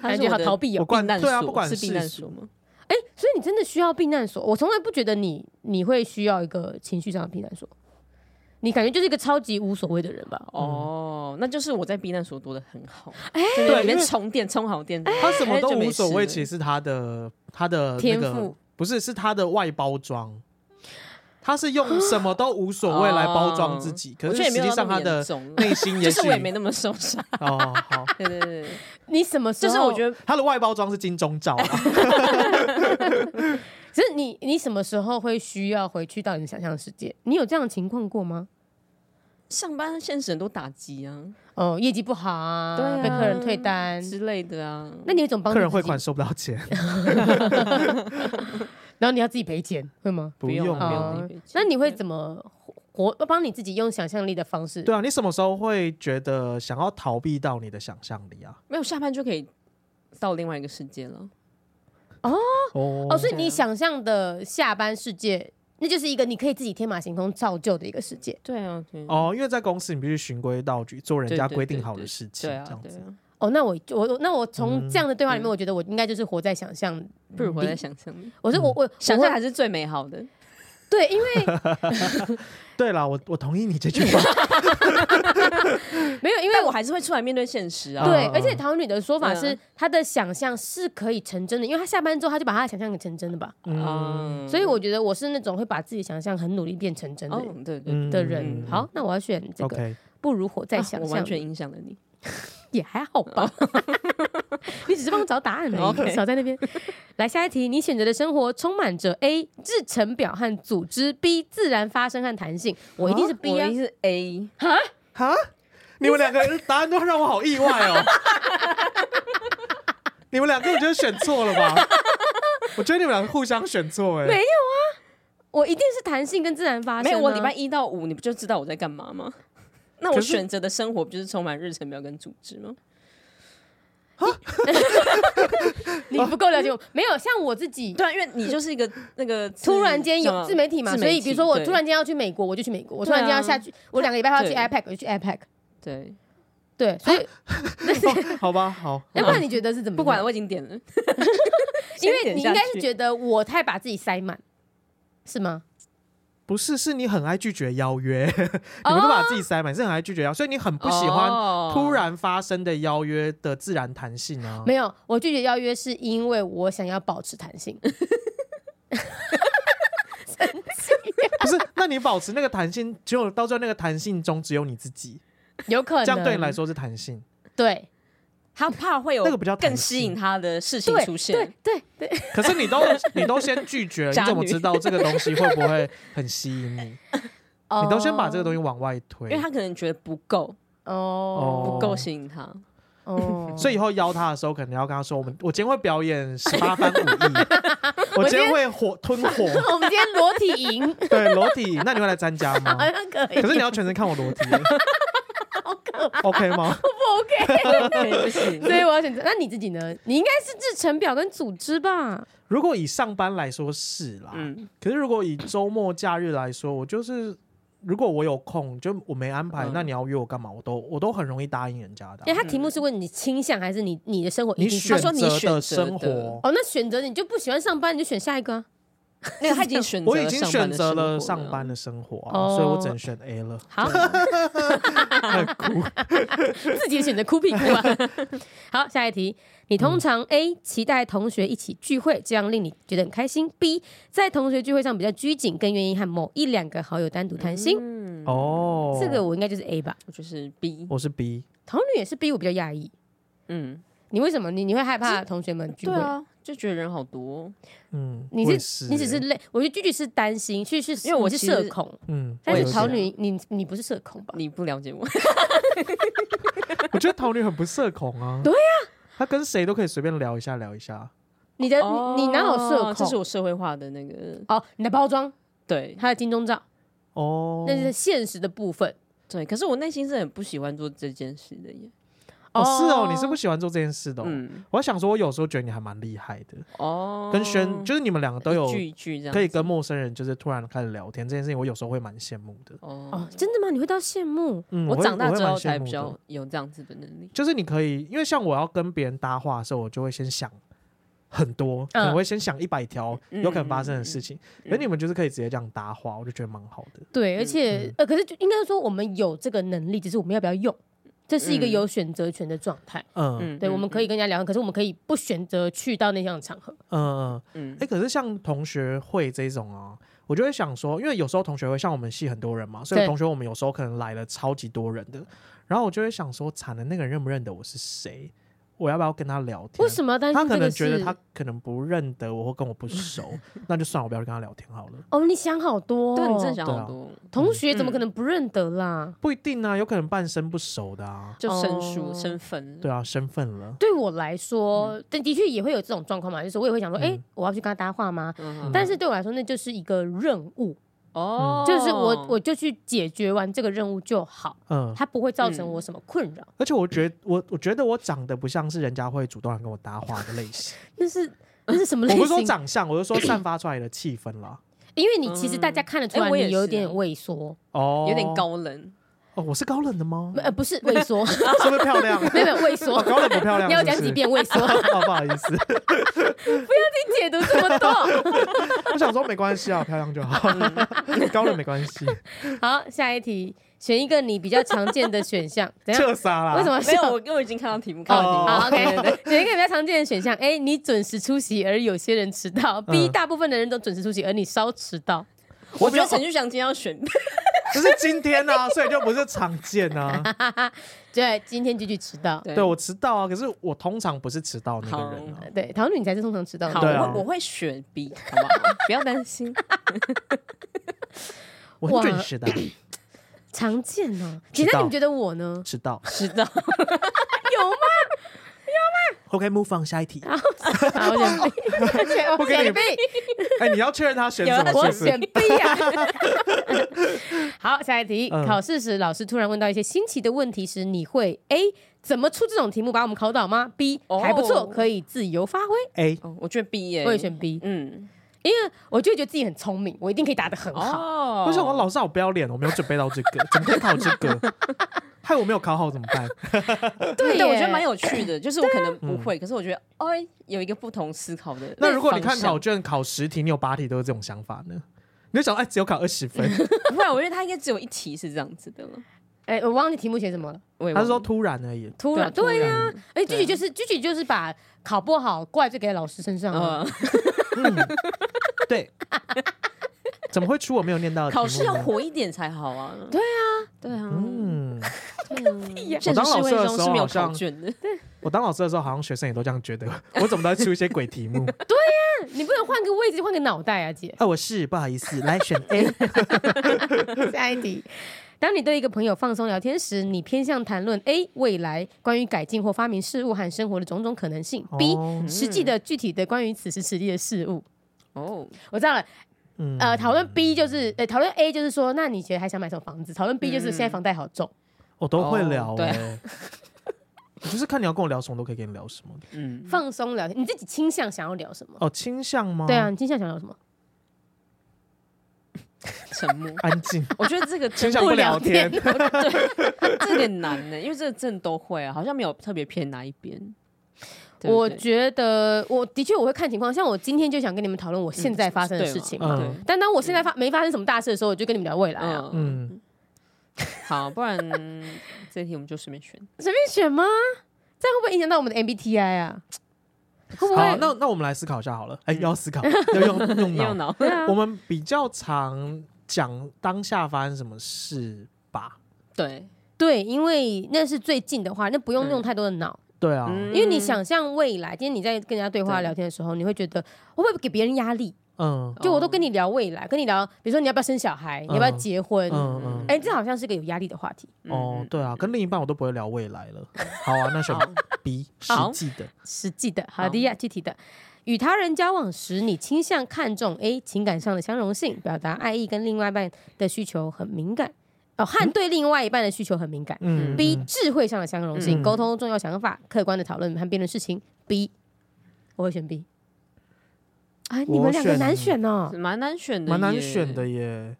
它 感是觉我好的逃避我哦。管避难对啊，所不管是避难俗所吗？哎、所以你真的需要避难所？我从来不觉得你你会需要一个情绪上的避难所，你感觉就是一个超级无所谓的人吧？嗯哦，那就是我在避难所躲得很好，哎对对，里面因为充电充好电， 他什么都哎就没无所谓，事了其实是他的他的、那个、天赋不是是他的外包装，他是用什么都无所谓来包装自己，可哦我是觉得也实没有际到那上么他严的重啦，内心也 就许是我也没那么受 伤，哦好，对对对对，你什么时就候？是我觉得他的外包装是金钟罩啊， 可是你你什么时候会需要回去到你的想象世界？你有这样的情况过吗？上班现实很多打击啊哦，业绩不好啊，对啊被客人退单，之类的啊，那你有一种帮客助人自汇己款收不到钱，然后你要自己赔钱，会吗？不用用不啊用哦理赔那钱你会怎么活？帮你自己用想象力的方式？对啊，你什么时候会觉得想要逃避到你的想象力啊？没有下班就可以到另外一个世界了，哦哦，所以你对啊想象的下班世界，那就是一个你可以自己天马行空造就的一个世界。对啊，对啊，哦，因为在公司你必须循规蹈矩，做人对家对规对定好对的事情，对这啊样，对子。啊，哦，那我我我那我从嗯这样的对话里面，嗯我觉得我应该就是活在想象。不如活在想象里，我说我我我嗯想象会还是最美好的，对，因 为对啦，我我同意你这句话。没有因为但我我还是会出来面对现实啊，对，嗯而且桃女的说法对是啊她的想象是可以成真的，因为她下班之后她就把她的想象给成真的吧。嗯嗯，所以我觉得我是那种会把自己想象很努力变成真的哦，对对对嗯的人。嗯好，那我要选这个， ，OK，不如活在啊想我象完里。全影响了你，也还好 吧。你只是帮我找答案而已， OK 少在那边。来下一题，你选择的生活充满着 A 制成表和组织，B 自然发生和弹性。我一定是 B 我啊一！定是 A，哈，你们两个人答案都让我好意外哦。你们两个，我觉得选错了吧？我觉得你们两个互相选错哎、没我一定是弹性跟自然发生啊。没有我礼拜一到五你不就知道我在干嘛吗？那我可是选择的生活不就是充满日程表跟组织吗？ 你不够了 解我，没有像我自己。对啊，因为你就是一 个那个自突然间什有么自媒体嘛，自所以比如说我对突然间要去美国，我就去美国；我突对啊然间要下去，我两个礼拜要去对 IPAC，我就去 IPAC。对，对，所 以 好吧，好，要不然你觉得是怎么样？不管了我已经点 了，因为你应该是得觉得我太把自己塞满，是吗？不是，是你很爱拒绝邀约， 你们都把自己塞满，是很爱拒绝邀，所以你很不喜哦欢突然发生的邀约的自然弹性啊。没有，我拒绝邀约是因为我想要保持弹性。不是，那你保持那个弹性，只有到最后那个弹性中只有你自己，有可能这样对你来说是弹性。 对他怕会有那个比较弹更吸性引他的事情对出对现，对，可是你都你都先拒绝了，你渣怎么女知道这个东西会不会很吸引你？你都先把这个东西西往外推，因为他可能觉得不够哦不够吸引他，哦，所以以后邀他的时候，可能要跟他说：“我们我今天会表演十八番武艺，我今天会火吞火，哦我们今天裸体 营对裸体，那你会来参加吗好像可？”以，可是你要全程看我裸体哎好可怕，OK 吗？不 OK？不行，所以我要选择。那你自己呢？你应该是制成表跟组织吧？如果以上班来说是啦，嗯，可是如果以周末假日来说，我就是如果我有空，就我没安排，嗯那你要约我干嘛？我都我都很容易答应人家的啊、因为他题目是问你倾向还是你你的生活一你定是选他说你择选的择生的活，哦，那选择你就不喜欢上班，你就选下一个啊。那个他已经选择我了已经上班选的择了生活上班的生活啊，哦所以我只能选 A 了。好，很酷，自己选择哭屁股 啊。好，下一题，你通嗯常 A 期待同学一起聚会，这样令你觉得很开心；B 在同学聚会上比较拘谨，更愿意和某一两个好友单独谈心。嗯， 哦，这个我应该就是 A 吧。我就是 B，我是 B，桃女也是 B，我比较讶异。嗯，你为什么你你会害怕同学们聚对会？啊，就觉得人好多哦，嗯，你我也是是你只是欸累，我觉得句句是担心，句句是因为我你是其实社恐，嗯，但我是也是桃女你你不是社恐吧？你不了解我，我觉得桃女很不社恐啊。对呀，她跟谁都可以随便聊一下聊一下。你的你你哪有社哦这是恐？我社会化的那个，哦，你的包装，对他的金钟罩，哦，那是现实的部分。对，可是我内心是很不喜欢做这件事的耶，哦是哦，你是不喜欢做这件事的哦。嗯，我想说，我有时候觉得你还蛮厉害的，哦，跟轩就是你们两个都有一句一句这样子，可以跟陌生人就是突然开始聊天这件事情，我有时候会蛮羡慕的。哦哦，，真的吗？你会到羡慕？嗯，我会长大我会之蛮后才羡慕比的较有这样子的能力。就是你可以，因为像我要跟别人搭话的时候，我就会先想很多，可能嗯会先想一百条嗯有可能发生的事情。而你们就是可以直接这样搭话，我就觉得蛮好的。对，而且、嗯呃，可是就应该说我们有这个能力，只是我们要不要用，这是一个嗯有选择权的状态。嗯对，我们可以跟人家聊天，可是我们可以不选择去到那样的场合。嗯嗯，嗯哎、可是像同学会这种啊，我就会想说，因为有时候同学会像我们系很多人嘛，所以对同学我们有时候可能来了超级多人的，然后我就会想说，惨了，那个人认不认得我是谁？我要不要跟他聊天？为什么要担他心可这能个觉得事？他可能不认得我，或跟我不 熟，那就算了，我不要跟他聊天好了。哦，你想好多、哦，哦对你真的想对啊好多，同学嗯怎么可能不认得啦？不一定啊，有可能半生不熟的啊。就生疏哦身份，对啊，身份了。对我来嗯说，但的确也会有这种状况嘛，就是我也会想说，哎、我要去跟他搭话吗？嗯嗯哼，但是对我来说，那就是一个任务，哦，就是我我就去解决完这个任务就好，嗯，它不会造成我什么困扰。而且我觉得我我觉得我长得不像是人家会主动来跟我搭话的类型。那是那是什么我类不是说型？长相，我是说散发出来的气氛啦。因为你其实大家看得出来，哎我也你有是点啊畏缩，哦，有点高冷，哦，我是高冷的 吗？呃，不是畏缩，是不是漂亮？没有没有畏缩哦，，高冷不漂亮。你要是不讲是几？遍畏缩？ 哦，不好意思，解读这么多。我想说没关系啊，漂亮就好，高冷没关系。好，下一题，选一个你比较常见的选项。怎样？撤杀啦！为 什么没笑？哦有，我因为我已经看到题目，看到哦 题好，OK，选一个比较常见的选项。A，你准时出席，而有些人迟到；B，嗯大部分的人都准时出席，而你稍迟到。目，我不觉要得程序祥今天要 选，只哦是今天啊，所以就不是常见啊。对，今天就去迟到。对我迟到啊，可是我通常不是迟到那个人啊。对，桃女你才是通常迟到好，的。对啊我会我会选 B，好不好？ 不要担心，我很准时的啊，常见呢、啊。迟姐，到那你们觉得我 呢？迟到。知有道吗？ OK，move on，下一题。啊好，我选 B，不我 跟你选 B，哎，你要确认他选有啊什么？ 我是不是选 B 呀、 好，下一题，嗯考试时老师突然问到一些新奇的问题时，你会 A 怎么出这种题目把我们考倒吗？B 哦还不错，可以自由发挥。 A。哦，我觉得 B 耶，我也选 B，嗯，因为我就觉得自己很聪明，我一定可以答得很好。哦我想我老师好不要脸，我没有准备到这个，怎么可以考这个？ 害我没有考好怎么 办？对对，我觉耶得蛮有趣 的，就是我可能不会，可是我觉得哦，有一个不同思考的。那如果你看考，卷考十题，你有八题都是这种想法呢？你就想，哎，只有考二十分。不会，啊我觉得他应该只有一题是这样子的了。哎，我忘记题目写什么了。我也他是说忘了突然而已，突然，对啊对呀，哎，对句啊句就是句句就是把考不好怪罪给老师身上啊。 嗯，对。怎么会出我没有念到的题目考呢试要火一点才好啊。对啊，对啊，嗯，现实社会中是没有我考当老师卷的。我当老师的时候，好像学生也都这样觉得。我怎么都在出一些鬼题目？ 你不能换个位置，换个脑袋啊，姐。哎，我是不好意思，来选 A。下一题。当你对一个朋友放松聊天时，你偏向谈论 A 未来关于改进或发明事物和生活的种种可能性，B 哦实际的具体的关于此时此地的事物。哦，我知道了，嗯呃，讨论 B 就是呃，讨论 A 就是说，那你觉得还想买什么房子？讨论 B 就是现在房贷好重，我都会聊、哦欸，对我就是看你要跟我聊什么，都可以跟你聊什么。嗯，放松聊天。你自己倾向想要聊什么？哦，倾向吗？对啊，，你倾向想聊什么？ 沉默。安 静，我觉得这 个真倾向不聊天不聊天对，这有点难呢，因为这个真的都会啊，好像没有特别偏哪一边。对不我对觉得，我的确我会看情况，像我今天就想跟你们讨论我现在发生的对事嘛情嘛。嘛对但当我现在发没发生什么大事的时候，我就跟你们聊未来啊。嗯， 嗯，好，不然这一题我们就随便选。随便选吗？这样会不会影响到我们的 MBTI 啊？ 会 不好，会？那那我们来思考一下好了。哎、又要思考， 要用用脑。右 脑，对啊我，们比较常讲当下发生什么事吧？对， 对，因为那是最近的话，那不用用嗯太多的脑，对啊，嗯因为你想象未来，今天你在跟人家对哦话对聊天的时候，你会觉得会不会给别人压力？嗯就我都跟你聊未来，跟你聊，比如说你要不要生小孩，你要不要嗯结婚？嗯嗯。哎，这好像是个有压力的话题。哦，对啊，跟另一半我都不会聊未来了。好啊，那选好 B 实好际的。实际的，好的呀，具体的。与他人交往时，你倾向看重 A 情感上的相容性，表达爱意跟另外一半的需求很敏感，哦，和对另外一半的需求很敏感。嗯 B 嗯智慧上的相容性，嗯沟通重要想法，客观的讨论和辩论事情。B，我会选 B。啊，你们两个选难选哦。蛮难选的，蛮难选的。耶。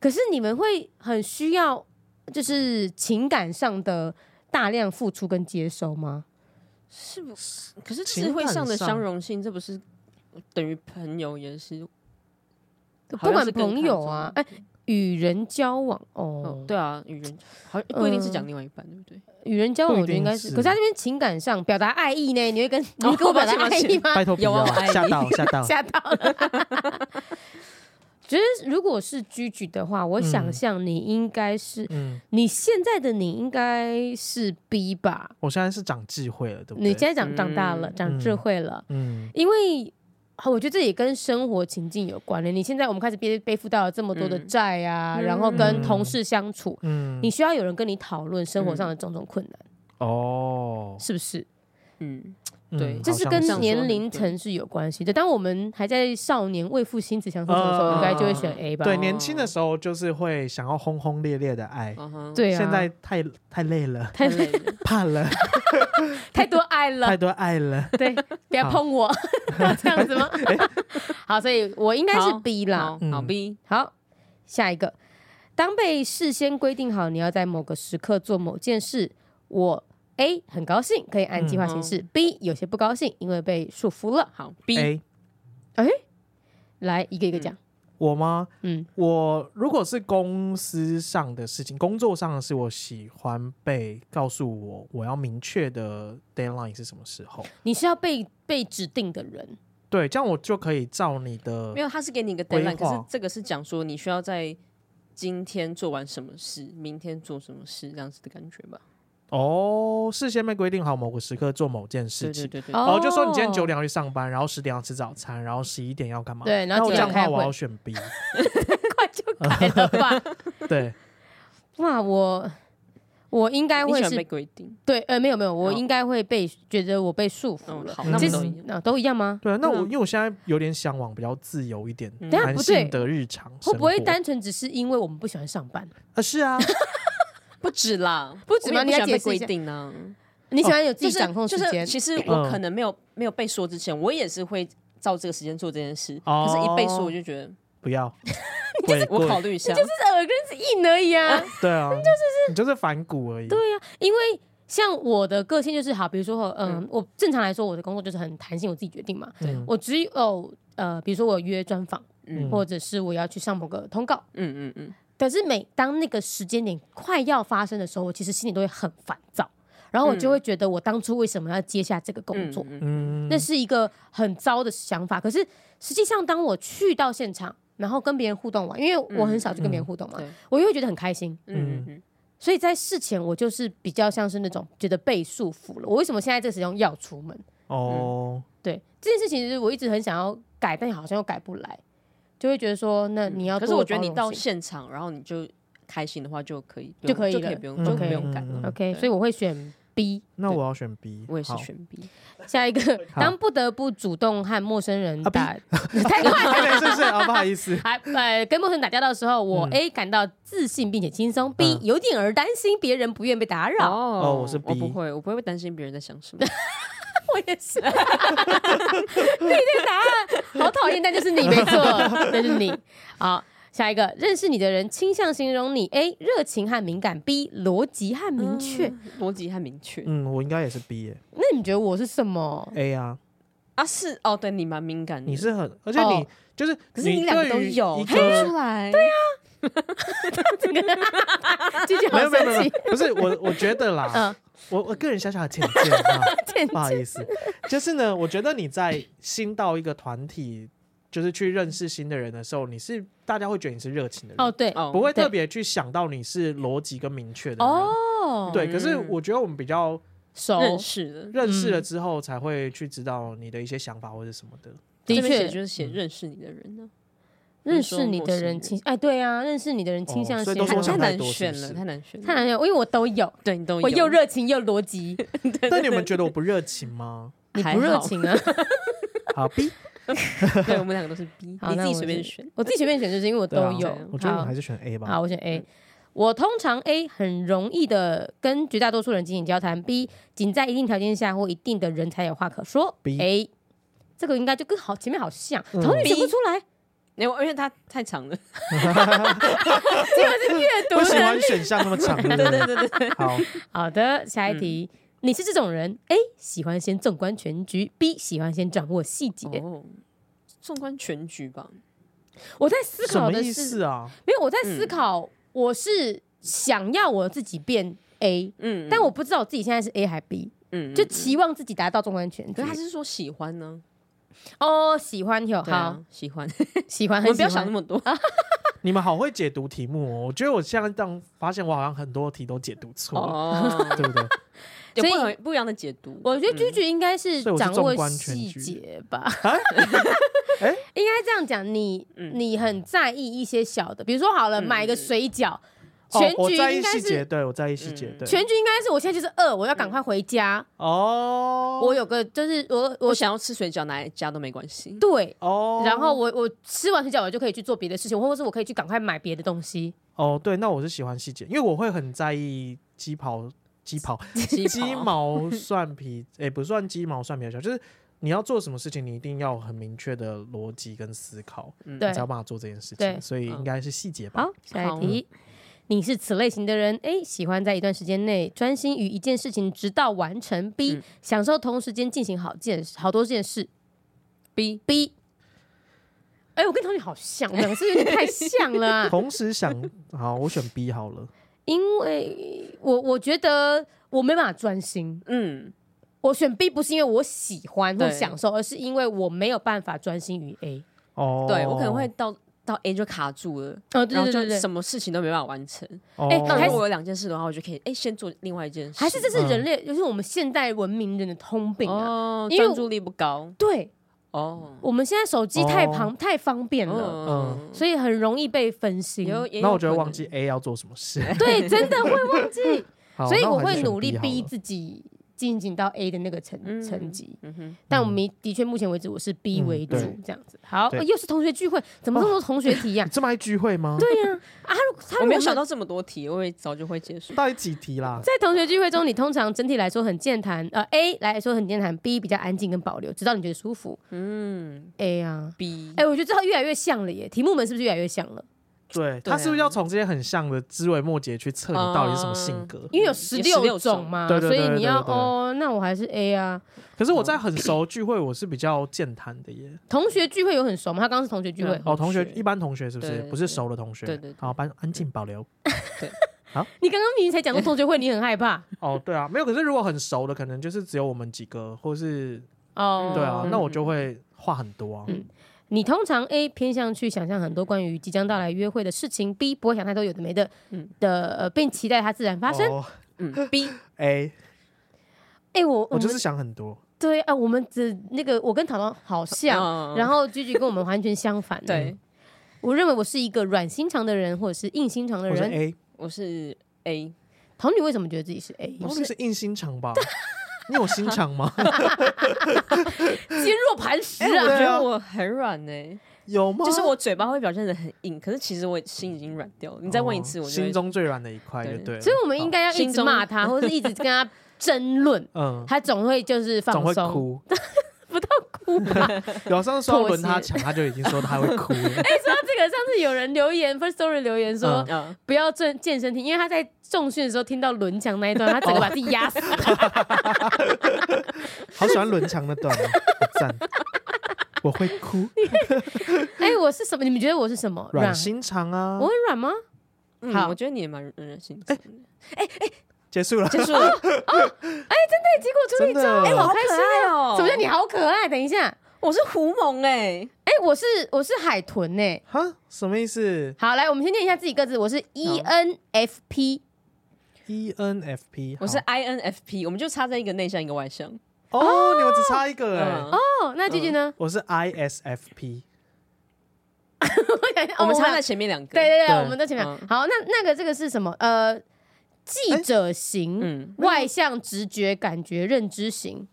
可是你们会很需要，就是情感上的大量付出跟接收吗？是不？可是情智慧感上的上哦相容性，这不是等于朋友也是？好不像管是更朋看友重啊，哎、与人交往哦哦，，对啊，与人好嗯像不一定是讲另外一半，对不对？与人交往不一我觉得应该定是，是可是他这边情感上表达爱意呢，你 会跟你哦会跟我表达抱歉抱爱意吗？拜托不有啊要我爱你吓到吓到，吓到了。 觉得如果是居居的话，我想象你应该是、嗯，你现在的你应该是 B 吧？我现在是长智慧了，对不你对？现在长长大了，嗯长智慧了，嗯因为。啊我觉得这也跟生活情境有关了。你现在我们开始背背负到了这么多的嗯债啊，嗯然后跟同事相处，嗯你，需要有人跟你讨论生活上的种种困难，哦，是不是？嗯，嗯对这好是像跟这样说年很龄对层是有关系的。当我们还在少年未负心子强说什么的时候，嗯应该就会选 A 吧？对年轻的时候就是会想要轰轰烈烈的爱，嗯哼，对啊，现在太太累 了，太太累了。怕了，太多爱太了，多爱了。对，不要碰我，要 这样子 吗？好，所以我应该是好 B 好啦。嗯好 B，好，下一个，当被事先规定好你要在某个时刻做某件事，我 A 很高兴可以按计划行嗯事、b 有些不高兴，因为被束缚了。好 B，哎，来一个一个讲，我吗？嗯我如果是公司上的事情，工作上的事，我喜欢被告诉我我要明确的 deadline 是什么时候。你是要被被指定的人，对，这样我就可以照你的没有，他是给你一个嗯规 deadline，可划是这个是讲说你需要在今天做完什么事，明天做什么事这样子的感觉吧。哦，事先被规定好某个时刻做某件对事对情。对对，哦哦，就说你今天九点要去上班，然后十点要吃早餐，然后十一点要干嘛？对然那后我几这点样的话开会我要选 B。 快就改 了吧？对，哇，我哎我应该你会喜欢是被规定。对，呃，没有没有，我哦应该会被觉得我被束缚嗯，了。好，那我其们实都一样。那、都一样吗？对啊，那我嗯因为我现在有点向往比较自由一点，嗯等一下男不性对，的日常生活。会不会单纯只是因为我们不喜欢上班？啊？是啊，不止啦，不止吗我也你要喜欢解被释一规下定呢、你喜欢有自哦就己是掌控时就是间？其实我嗯可能没有没有被说之前，我也是会照这个时间做这件事。哦可是，一被说我就觉得嗯不要。会我会考虑一下，这耳根子硬而已啊。对啊，你就是你就是反骨而已。对因为像我的个性就是好，比如说，嗯、嗯我正常来说我的工作就是很弹性，我自己决定嘛。对我只有呃，比如说我有约专访，嗯或者是我要去上某个通告，嗯嗯嗯，但是每当那个时间点快要发生的时候，我其实心里都会很烦躁，然后我就会觉得我当初为什么要接下这个工作？嗯嗯嗯嗯那是一个很糟的想法。可是实际上，当我去到现场，然后跟别人互动完，因为我很少去跟别人互动嘛，嗯对我又会觉得很开心。嗯嗯嗯，所以在事前，我就是比较像是那种觉得被束缚了。我为什么现在这个时间要出门？哦，对这件事情，是我一直很想要改，但好像又改不来，就会觉得说，那嗯你要嗯可多是有包我容觉性。得你到现场，然后你就开心的话，就可以不用就可以就了可以不用嗯就不 OK 用改嗯嗯了。 OK，对所以我会选 B。那我要选 B，我也是好选 B，下一个，好当不得不主动和陌生人啊，B 打， 太快 了。，哎对是不是啊？不好意思 还呃跟陌生人打交道的时候，我嗯 A 感到自信并且轻松，B 嗯有点而担心别人不愿被打扰。哦我是 B 我不会，我不会担心别人在想什么。 我也是， 你的答案好讨厌，但就是你没错，那就是你。好，下一个，认识你的人倾向形容你 A 热情和敏感，B 逻辑和明确。嗯，逻辑还明确嗯，我应该也是 B 耶那你觉得我是什么？ ，A 啊，啊，是哦，对你蛮敏感的，你是很，而且你哦就是，可是你两个都对于有，一 看得出个。来，对啊，这个继续好没有没有没有生没气有，，不是我，我觉得 嗯啦，我我个人小小的浅见啊， 见不好意思，就是呢，我觉得你在新到一个团体，就是去认识新的人的时候，你是大家会觉得你是热情的人，哦对哦，不会对特别去想到你是逻辑跟明确的人。哦，对，可是嗯我觉得我们比较熟认识的，哦认识了嗯之后，才会去知道你的一些想法或者什么 的。的这边写确就是嗯写认识你的人呢，认识你的比人如说陌生人倾哎对啊，认识你的人倾向哦所形以都是容我想太太难多是选不了，是太难选了，太难了，因为我都有，对你都我又有热情又逻辑，但你们觉得我不热情吗？你 还不热 好情啊？好，B，对我们两个都是 B，好你自那己我随便是选。我自己随便选，就是因为 我都对啊有。我我觉得我好还是选 A 吧。嗯好，我选 A。我通常 A 很容易的跟绝大多数人进行交谈，B 仅在一定条件下或一定的人才有话可说。 B A 这个应该就跟好前面好像，嗯头你写不 B 出来，因为因为它太长了，这个是阅我读喜的。哦欢选项那么长的。对对对对。好，嗯好的，下一题，你是这种人：A 喜欢先纵观全局，B 喜欢先掌握细节。哦，纵观全局吧，我在思什考么的意是，思啊？没有我在嗯思考，我是想要我自己变 A，、嗯，但我不知道我自己现在是 A 还 B，、嗯，啊就嗯期望自己达到纵观全局可是。他是说喜欢呢，哦，喜欢有对啊好，喜欢，喜欢，我很们喜不要想欢那。么多，你们好会解读题目哦！我觉得我现在当发现我好像很多题都解读错了， 哦，对不对？有所不以同不一样的解读，我觉得居居应该是所以我是掌握纵观全细局 节吧， 啊，哎，应该这样讲，你嗯你很在意一些小的，比如说好了，嗯买个水饺，哦 全我局在应意该细节，是对我在意细节，嗯对全局应该是我现在就是饿，我要赶快回家。哦，我有个就是我我 我想要吃水饺，哪一家都没关系。对，哦，然后我我吃完水饺，我就可以去做别的事情，或者是我可以去赶快买别的东西。哦，对，那我是喜欢细节，因为我会很在意鸡刨、鸡刨、鸡鸡毛毛蒜皮，哎、不算鸡毛蒜皮的小，就是你要做什么事情，你一定要有很明确的逻辑跟思考，嗯对你才有办法做这件事对嗯情。所以应该是细节吧。好，下一好题，你是此类型的人：A. 喜欢在一段时间内专心于一件事情直到完成；B. 嗯享受同时间进行好件好多件事。 B B，哎、我跟同学好像， 我们两个是不是有点太像了、 啊？同时想，好，我选 B 好了。因为我我觉得我没办法专心。嗯，我选 B 不是因为我喜欢或对享受，而是因为我没有办法专心于 A。哦，对我可能会到到 A 就卡住了，哦，然对后对就对对什么事情都没办法完成。哦，哎那还如是果我有两件事的话，我就可以哎先做另外一件事，还是这是嗯人类，就是我们现代文明人的通病啊。哦，因为专注力不高对，哦，我们现在手机哦太旁、太方便了，嗯，所以很容易被分心。 有也有那我就会可忘能记 A 要做什么事。对，真的会忘记， 好所以那我还是会选努力 B 好逼了自己进行到 A 的那个成嗯成绩。嗯哼，但我们的确目前为止我是 B 嗯为主对这样子。好，对哦呃又是同学聚会，怎么这么多同学题呀你？这么爱聚会吗？对呀，啊，如他如我果没有想到这么多题，我也早就会结束。到底几题啦？在同学聚会中，你通常整体来说很健谈，呃，A 来说很健谈，B 比较安静跟保留，直到你觉得舒服。嗯 A 啊， ，B 哎、我觉得这越来越像了耶，题目们是不是越来越像了？对对啊他是不是要从这些很像的枝微末节去测你到底是什么性格？因为有有十16种嘛，种对对对所以你要对对对哦，那我还是 A 啊。可是我在很熟聚会，我是比较健谈的耶。同学聚会有很熟吗？他刚刚是同学聚会，嗯哦，同学同学一般同学是不对是？对不是熟的同学。对对对好，班安静保留。你刚刚明明才讲说同学会，你很害怕哦，对啊，没有。可是如果很熟的，可能就是只有我们几个，或是哦。对啊，嗯那我就会话很多啊。嗯你通常 A 偏向去想象很多关于即将到来约会的事情，B 不会想太多有的没的，嗯的、呃、并期待它自然发生。哎、哦 嗯 B， A，我我我们就是想很多。对啊，我们只那个我跟讨论好像，嗯然后居居跟我们完全相反。对，我认为我是一个软心肠的人，或者是硬心肠的我是人。 A，我是 A，桃女为什么觉得自己是 A？我是是硬心肠吧？你有心肠吗？坚若磐石我啊！觉对啊得我很软欸呢，有吗？就是我嘴巴会表现的很硬，可是其实我心已经软掉了。你再问一次，哦我就心会中最软的一块，对就对了。啊所以我们应该要一心直中骂他，或者是一直跟他争 论，好嗯，他总会就是放总会松。哎哭。不到哭吧？有上次说要轮他妥抢，他就已经说他会哭了。说到这个，上次有人留言，First Story 留言说、嗯嗯，不要正健身听，因为他在重训的时候听到轮墙 那一段，他整个把自己压哦死。好喜欢轮墙那段哦，好赞！ 我会哭，哎、我是什么？你们觉得我是什么？软心肠啊我。很软吗？哎嗯好我觉得你也蛮忍心。哎，结束了，结束了，哎、结果出真一招，的。哎、我好好开心啊！爱哦什么叫你好可爱？等一下，我是狐獴哎，哎、我是我是海豚呢、哈，什么意思好，来，我们先念一下自己各自。我是 E N F P， ？E N F P，我是 INFP，我们就差在一个内向一个外向。哦，你们只差一个哎。嗯，哦，那句句呢？我是 I S F P，嗯 我想一下我们哦差要在前面两个。对对对，对我们都前面。嗯好，那那个这个是什么？呃，记哎者型，嗯外向、直觉、感觉、认知型。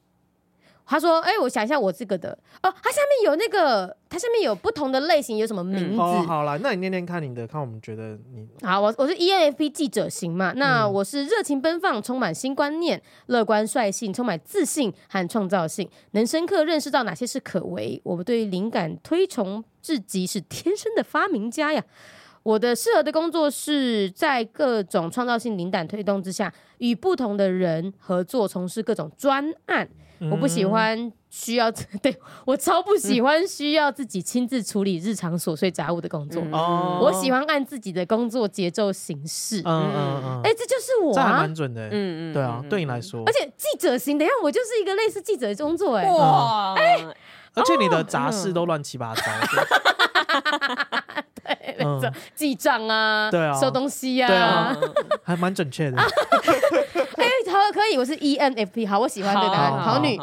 他说：“哎、我想一下，我这个的哦，它下面有那个，它下面有不同的类型，有什么名字？哦，好啦，那你念念看你的，看我们觉得你好，我我是 E ENFP 记者型嘛，那我是热情奔放、充满新观念、乐观率性、充满自信和创造性，能深刻认识到哪些是可为。我们对于灵感推崇至极，是天生的发明家呀。我的适合的工作是在各种创造性灵感推动之下，与不同的人合作，从事各种专案。我不喜欢需要， 对我超不喜欢需要自己亲自处理日常琐碎杂物的工作。嗯哦，我喜欢按自己的工作节奏行事。哎、嗯嗯嗯，这就是我这还啊！蛮准的欸。嗯对啊，对你来说而，且记者型的，让我就是一个类似记者的工哦作、哎，哇，哎，而且你的杂事都乱七八糟。对，嗯，哎记账啊，对啊收东西呀、对啊啊，还蛮准确的。哎、好，可以，我是 E ENFP，好，我喜欢这个答案，好好女，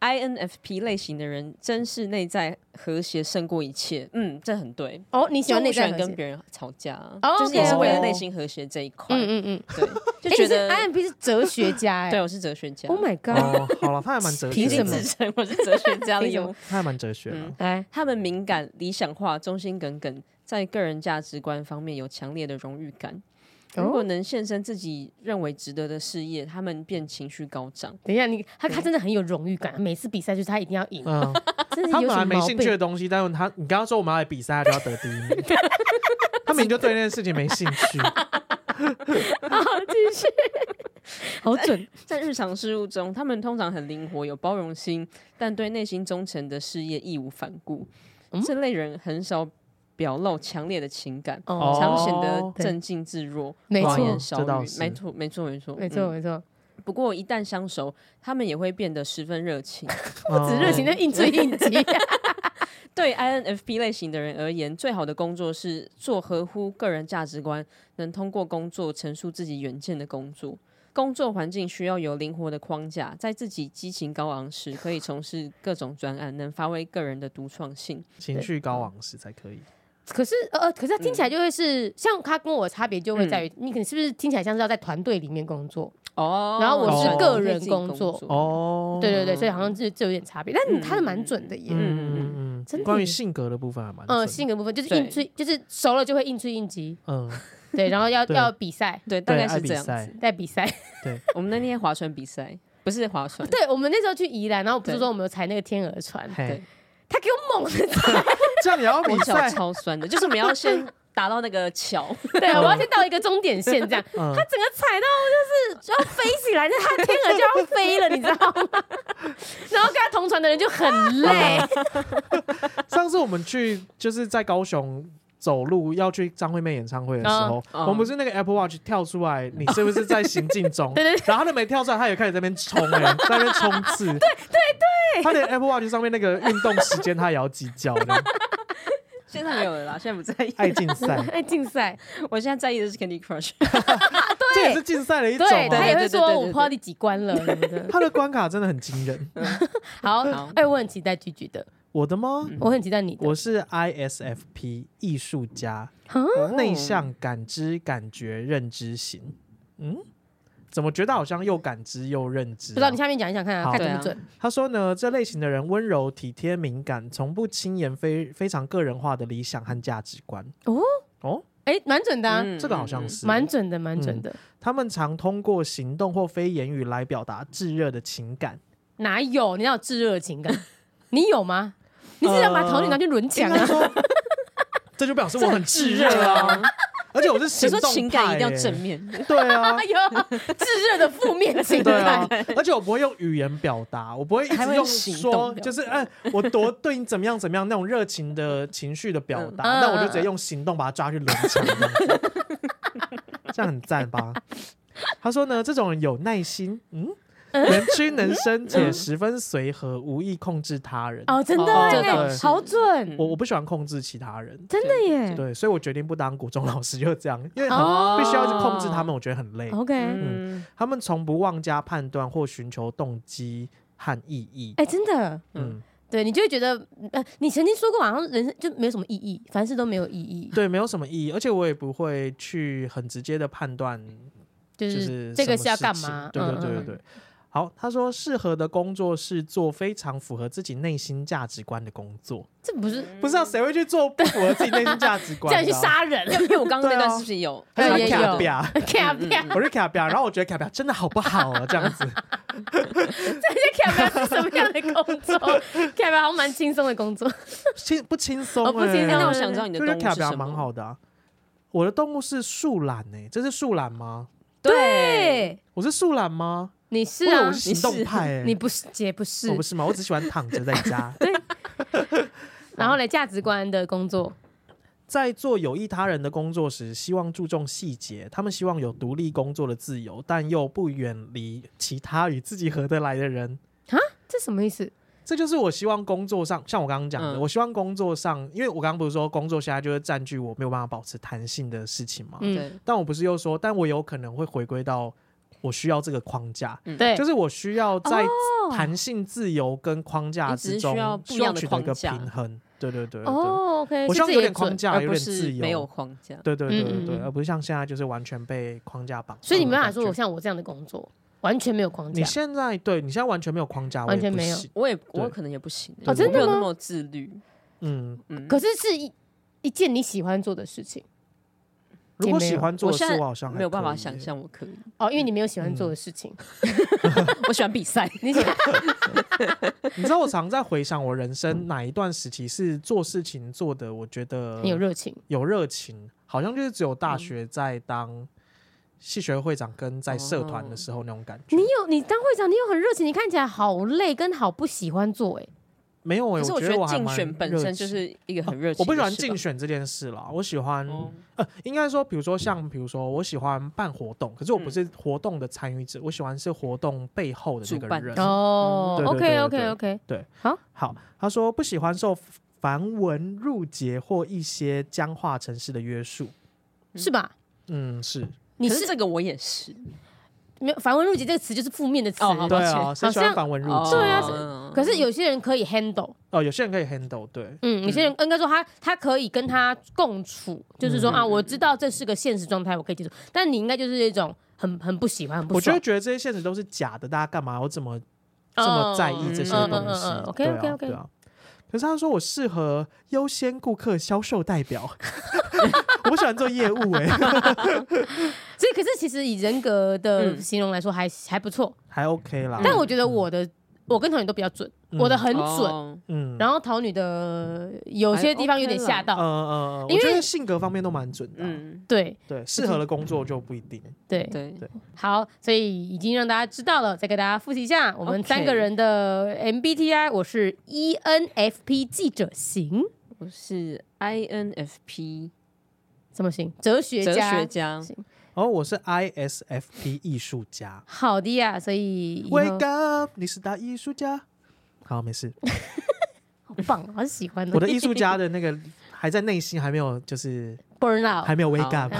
INFP 类型的人真是内在和谐胜过一切，嗯，这很对。哦，你喜就欢不内喜在欢和谐，跟别人吵架，哦就是也是为了 OK，OK 内心和谐这一块。嗯嗯嗯，哎对，就觉你得是 INFP 是哲学家、 哎，对我是哲学家 o h my god，哦，好了，他还蛮哲凭学什么自的，称我是哲学家的 凭什么用。他还蛮哲学的。哎、他们敏感、理想化、忠心耿耿，在个人价值观方面有强烈的荣誉感。哦如果能献身自己认为值得的事业，他们便情绪高涨。等一下，你他他真的很有荣誉感，每次比赛就是他一定要赢，嗯，真他的本有什么来没毛兴趣 的病？东西，但是他你刚刚说我们要来比赛，他就要得第一名。 他明明就对那件事情没兴 趣， 好准，在日常事务中，他们通常很灵活，有包容心，但对内心忠诚的事业义无反顾。嗯这类人很少表露强烈的情感，哦常显得对镇静自若，没寡错言这少倒语。是没错，没错，没错，没错，嗯没错，不过一旦相熟，他们也会变得十分热情。不只热嗯情的应追应急，对 INFP 类型的人而言，最好的工作是做合乎个人价值观、能通过工作陈述自己远见的工作。工作环境需要有灵活的框架，在自己激情高昂时，可以从事各种专案，能发挥个人的独创性。情绪高昂时才可以。可是呃，可是他听起来就会是、像他跟我的差别就会在于，嗯你可能是不是听起来像是要在团队里面工作？哦然后我是个人工作作哦，对对对，所以好像这这有点差别，但你他的蛮准的耶。嗯嗯嗯，真的关于耶性格的部分还蛮准嗯，的性格部分就是对应追，就是熟了就会应追应急，嗯， 对，然后要对要比赛，对，大对，概爱是比这样。赛，在比赛。我们那天划船比赛，不是划船， 对我们那时候去宜兰，然后不是对说我们有踩那个天鹅船，嘿，他给我猛 的踩，这样也要比我脚赛？超酸的，就是我们要先达到那个桥。 对我要先到一个终点线这样，嗯他，整个踩到就是就要飞起来，那他天鹅就要飞了，你知道吗？ 然后跟他同船的人就很 累，上次我们去就是在高雄。走路要去张惠妹演唱会的时候，啊嗯嗯我们不是那个 Apple Watch 跳出来，你是不是在行进中？ 对对然后他都没跳出来，他也开始在那边冲哎、在那边冲刺。对对对，他连 Apple Watch 上面那个运动时间他也要计较 的，现在没有了啦，现在不在意。爱竞 赛，在哎竞赛，我现在在意的是 Candy Crush。这也是竞赛的一种、对他啊。也会对对对对说对我不知道第几关了什 么的。他的关卡真的很惊人，好好，哎，我很期待菊菊的，我的吗？我很期待你的。我是 ISFP 艺术家，哦内向、感知、感觉、认知型。嗯，怎么觉得好像又感知又认知啊、不知道你下面讲一讲看啊，好看准不对啊准？他说呢，这类型的人温柔、体贴、敏感，从不轻言非非常个人化的理想和价值观。哦哦，哎，蛮准的啊，嗯这个好像是蛮准的，蛮准的。他们常通过行动或非言语来表达炙热的情感。哪有？你哪有炙热的情感？你有吗？你只想把桃女拿去轮应墙该啊！说，这就表示我很炙热 哦 啊！而且我是谁行说动派、欸，情感一定要正面？对啊哎。呦，炙热的负面情对感啊，，而且我不会用语言表达，我不会一还直用会用行说，动表达就是哎、我多对你怎么样怎么样那种热情的情绪的表达，嗯那、我就直接用行动把他抓去轮墙，这样子 这样很赞吧？他说呢，这种人有耐心，嗯，能屈能伸且十分随和，无意控制他人。哦，真的哦这倒耶，是好准，我我不喜欢控制其他人，真的耶。对，所以我决定不当古中老师，就是这样，因为嗯哦必须要去控制他们，我觉得很累。 OK，嗯他们从不妄加判断或寻求动机和意义。哎，真的，嗯，对你就会觉得，呃，你曾经说过，好像人生就没有什么意义，凡事都没有意义，对，没有什么意义，而且我也不会去很直接的判断，就就是嗯这个什么是要事干情嘛？对对嗯对对嗯对。好，他说适合的工作是做非常符合自己内心价值观的工作，这不是不是啊，谁会去做不符合自己内心价值嗯 这观的啊？样 去杀人？因为我刚刚那段是不是有？还有对也卡有比啊， 卡片，我是卡比啊，然后我觉得卡比啊真的好不好啊，这样子。 卡片是什么样的工作？卡片好像蛮轻松的工作， 轻不轻松、欸？哦不轻松那我想知道你的就动是物卡是表什蛮么？好的啊。我的动物是树懒诶，这是树懒吗？对，我是树懒吗？你是我以为啊我，是行动派诶，你不是姐不是我。不是吗？我只喜欢躺着在 家，然后嘞，价值观的工作，在做有益他人的工作时，希望注重细节。他们希望有独立工作的自由，但又不远离其他与自己合得来的人。这什么意思？这就是我希望工作上，像我刚刚讲的，嗯我希望工作上，因为我刚刚不是说工作现在就会占据我没有办法保持弹性的事情嘛。嗯，对，但我不是又说，但我有可能会回归到我需要这个框架，对，就是我需要在哦弹性、自由跟框架你只之是中需要不一希望样的取得一个框架平衡。对对对对对哦，OK，我是希望自有己点的准框架，而有不点是自由，没有框架。对对对嗯对嗯对，嗯而不是像现在就是完全被框架绑。所以你没办法说我，像我这样的工作，完全没有框嗯架你。现在对你现在完全没有框架，完全我也不没有行我也我对可能也不行欸，哦真的我没有那吗么自律。嗯，嗯，可是是一一件你喜欢做的事情如也果没喜有欢做我的事现，在我好像还没有办法可以想耶。象我可以， 哦，因为你没有喜欢做的事情。我喜欢 比赛。你想，你知道我常在回想我人生哪一段时期是做事情做的，我觉得你有热情，有热情，好像就是只有大学在当系学会会长跟在社团的时候那种感觉你。有你当会长，你有很热情，你看起来好累，跟好不喜欢做，哎，没有欸，可是我觉得我还竞蛮选本热身情哦就是一个很热情我的事吧，不喜欢竞选这件事啦，我喜欢哦。呃，应该说，比如说像，比如说，我喜欢办活动，可是我不嗯是活动的参与者，我喜欢是活动背后的主那个办人。者哦嗯对对，OK 对 OK 对 OK，好，他说不喜欢受繁文缛节或一些僵化城市的约束。是吧？嗯，是，你可是是这个我也是，没有“繁文缛节”这个词就是负面的词，哦好对抱歉啊，谁喜好欢像繁文缛哦节？对啊嗯可是有些人可以 handle，哦，有些人可以 handle，对，嗯，有些人应该说他他可以跟他共处，就是说嗯啊，我知道这是个现实状态，我可以接受。但你应该就是一种很很不喜欢，很不我就爽会，觉得这些现实都是假的，大家干嘛要这么这么在意这些嗯嗯东嗯西嗯嗯，OK，OK，OK 对啊对啊。可是他说我适合优先顾客销售代表，我不喜欢做业务哎、所以，可是其实以人格的嗯形容来说还，还、不错。还 OK 啦。但我觉得我的、我跟桃女都比较准，我的很准。嗯哦嗯，然后桃女的有些地方有点吓到，嗯嗯，嗯我因为觉得性格方面都蛮准的啊、嗯，对对，适合的工作就不一定。对对，好，所以已经让大家知道了，再给大家复习一下我们 OK 三个人的 MBTI，我是 E ENFP 记者型，我是 INFP 什么型？哲学哲家。学家，然后我是 ISFP 艺术家好的呀，所以以后，Wake up，你是大艺术家。好，没事，好棒哦，好喜欢哦我的艺术家的那个还在内心还没有，就是 burn out，还没有 wake up，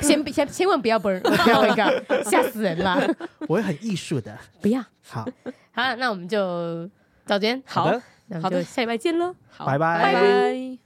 先先千万不要 burn，不要 wake up，吓死人啦！我会很艺术的。不要。好，好，那我们就早间好好的，那我好们的就下礼拜见喽。好拜拜拜拜。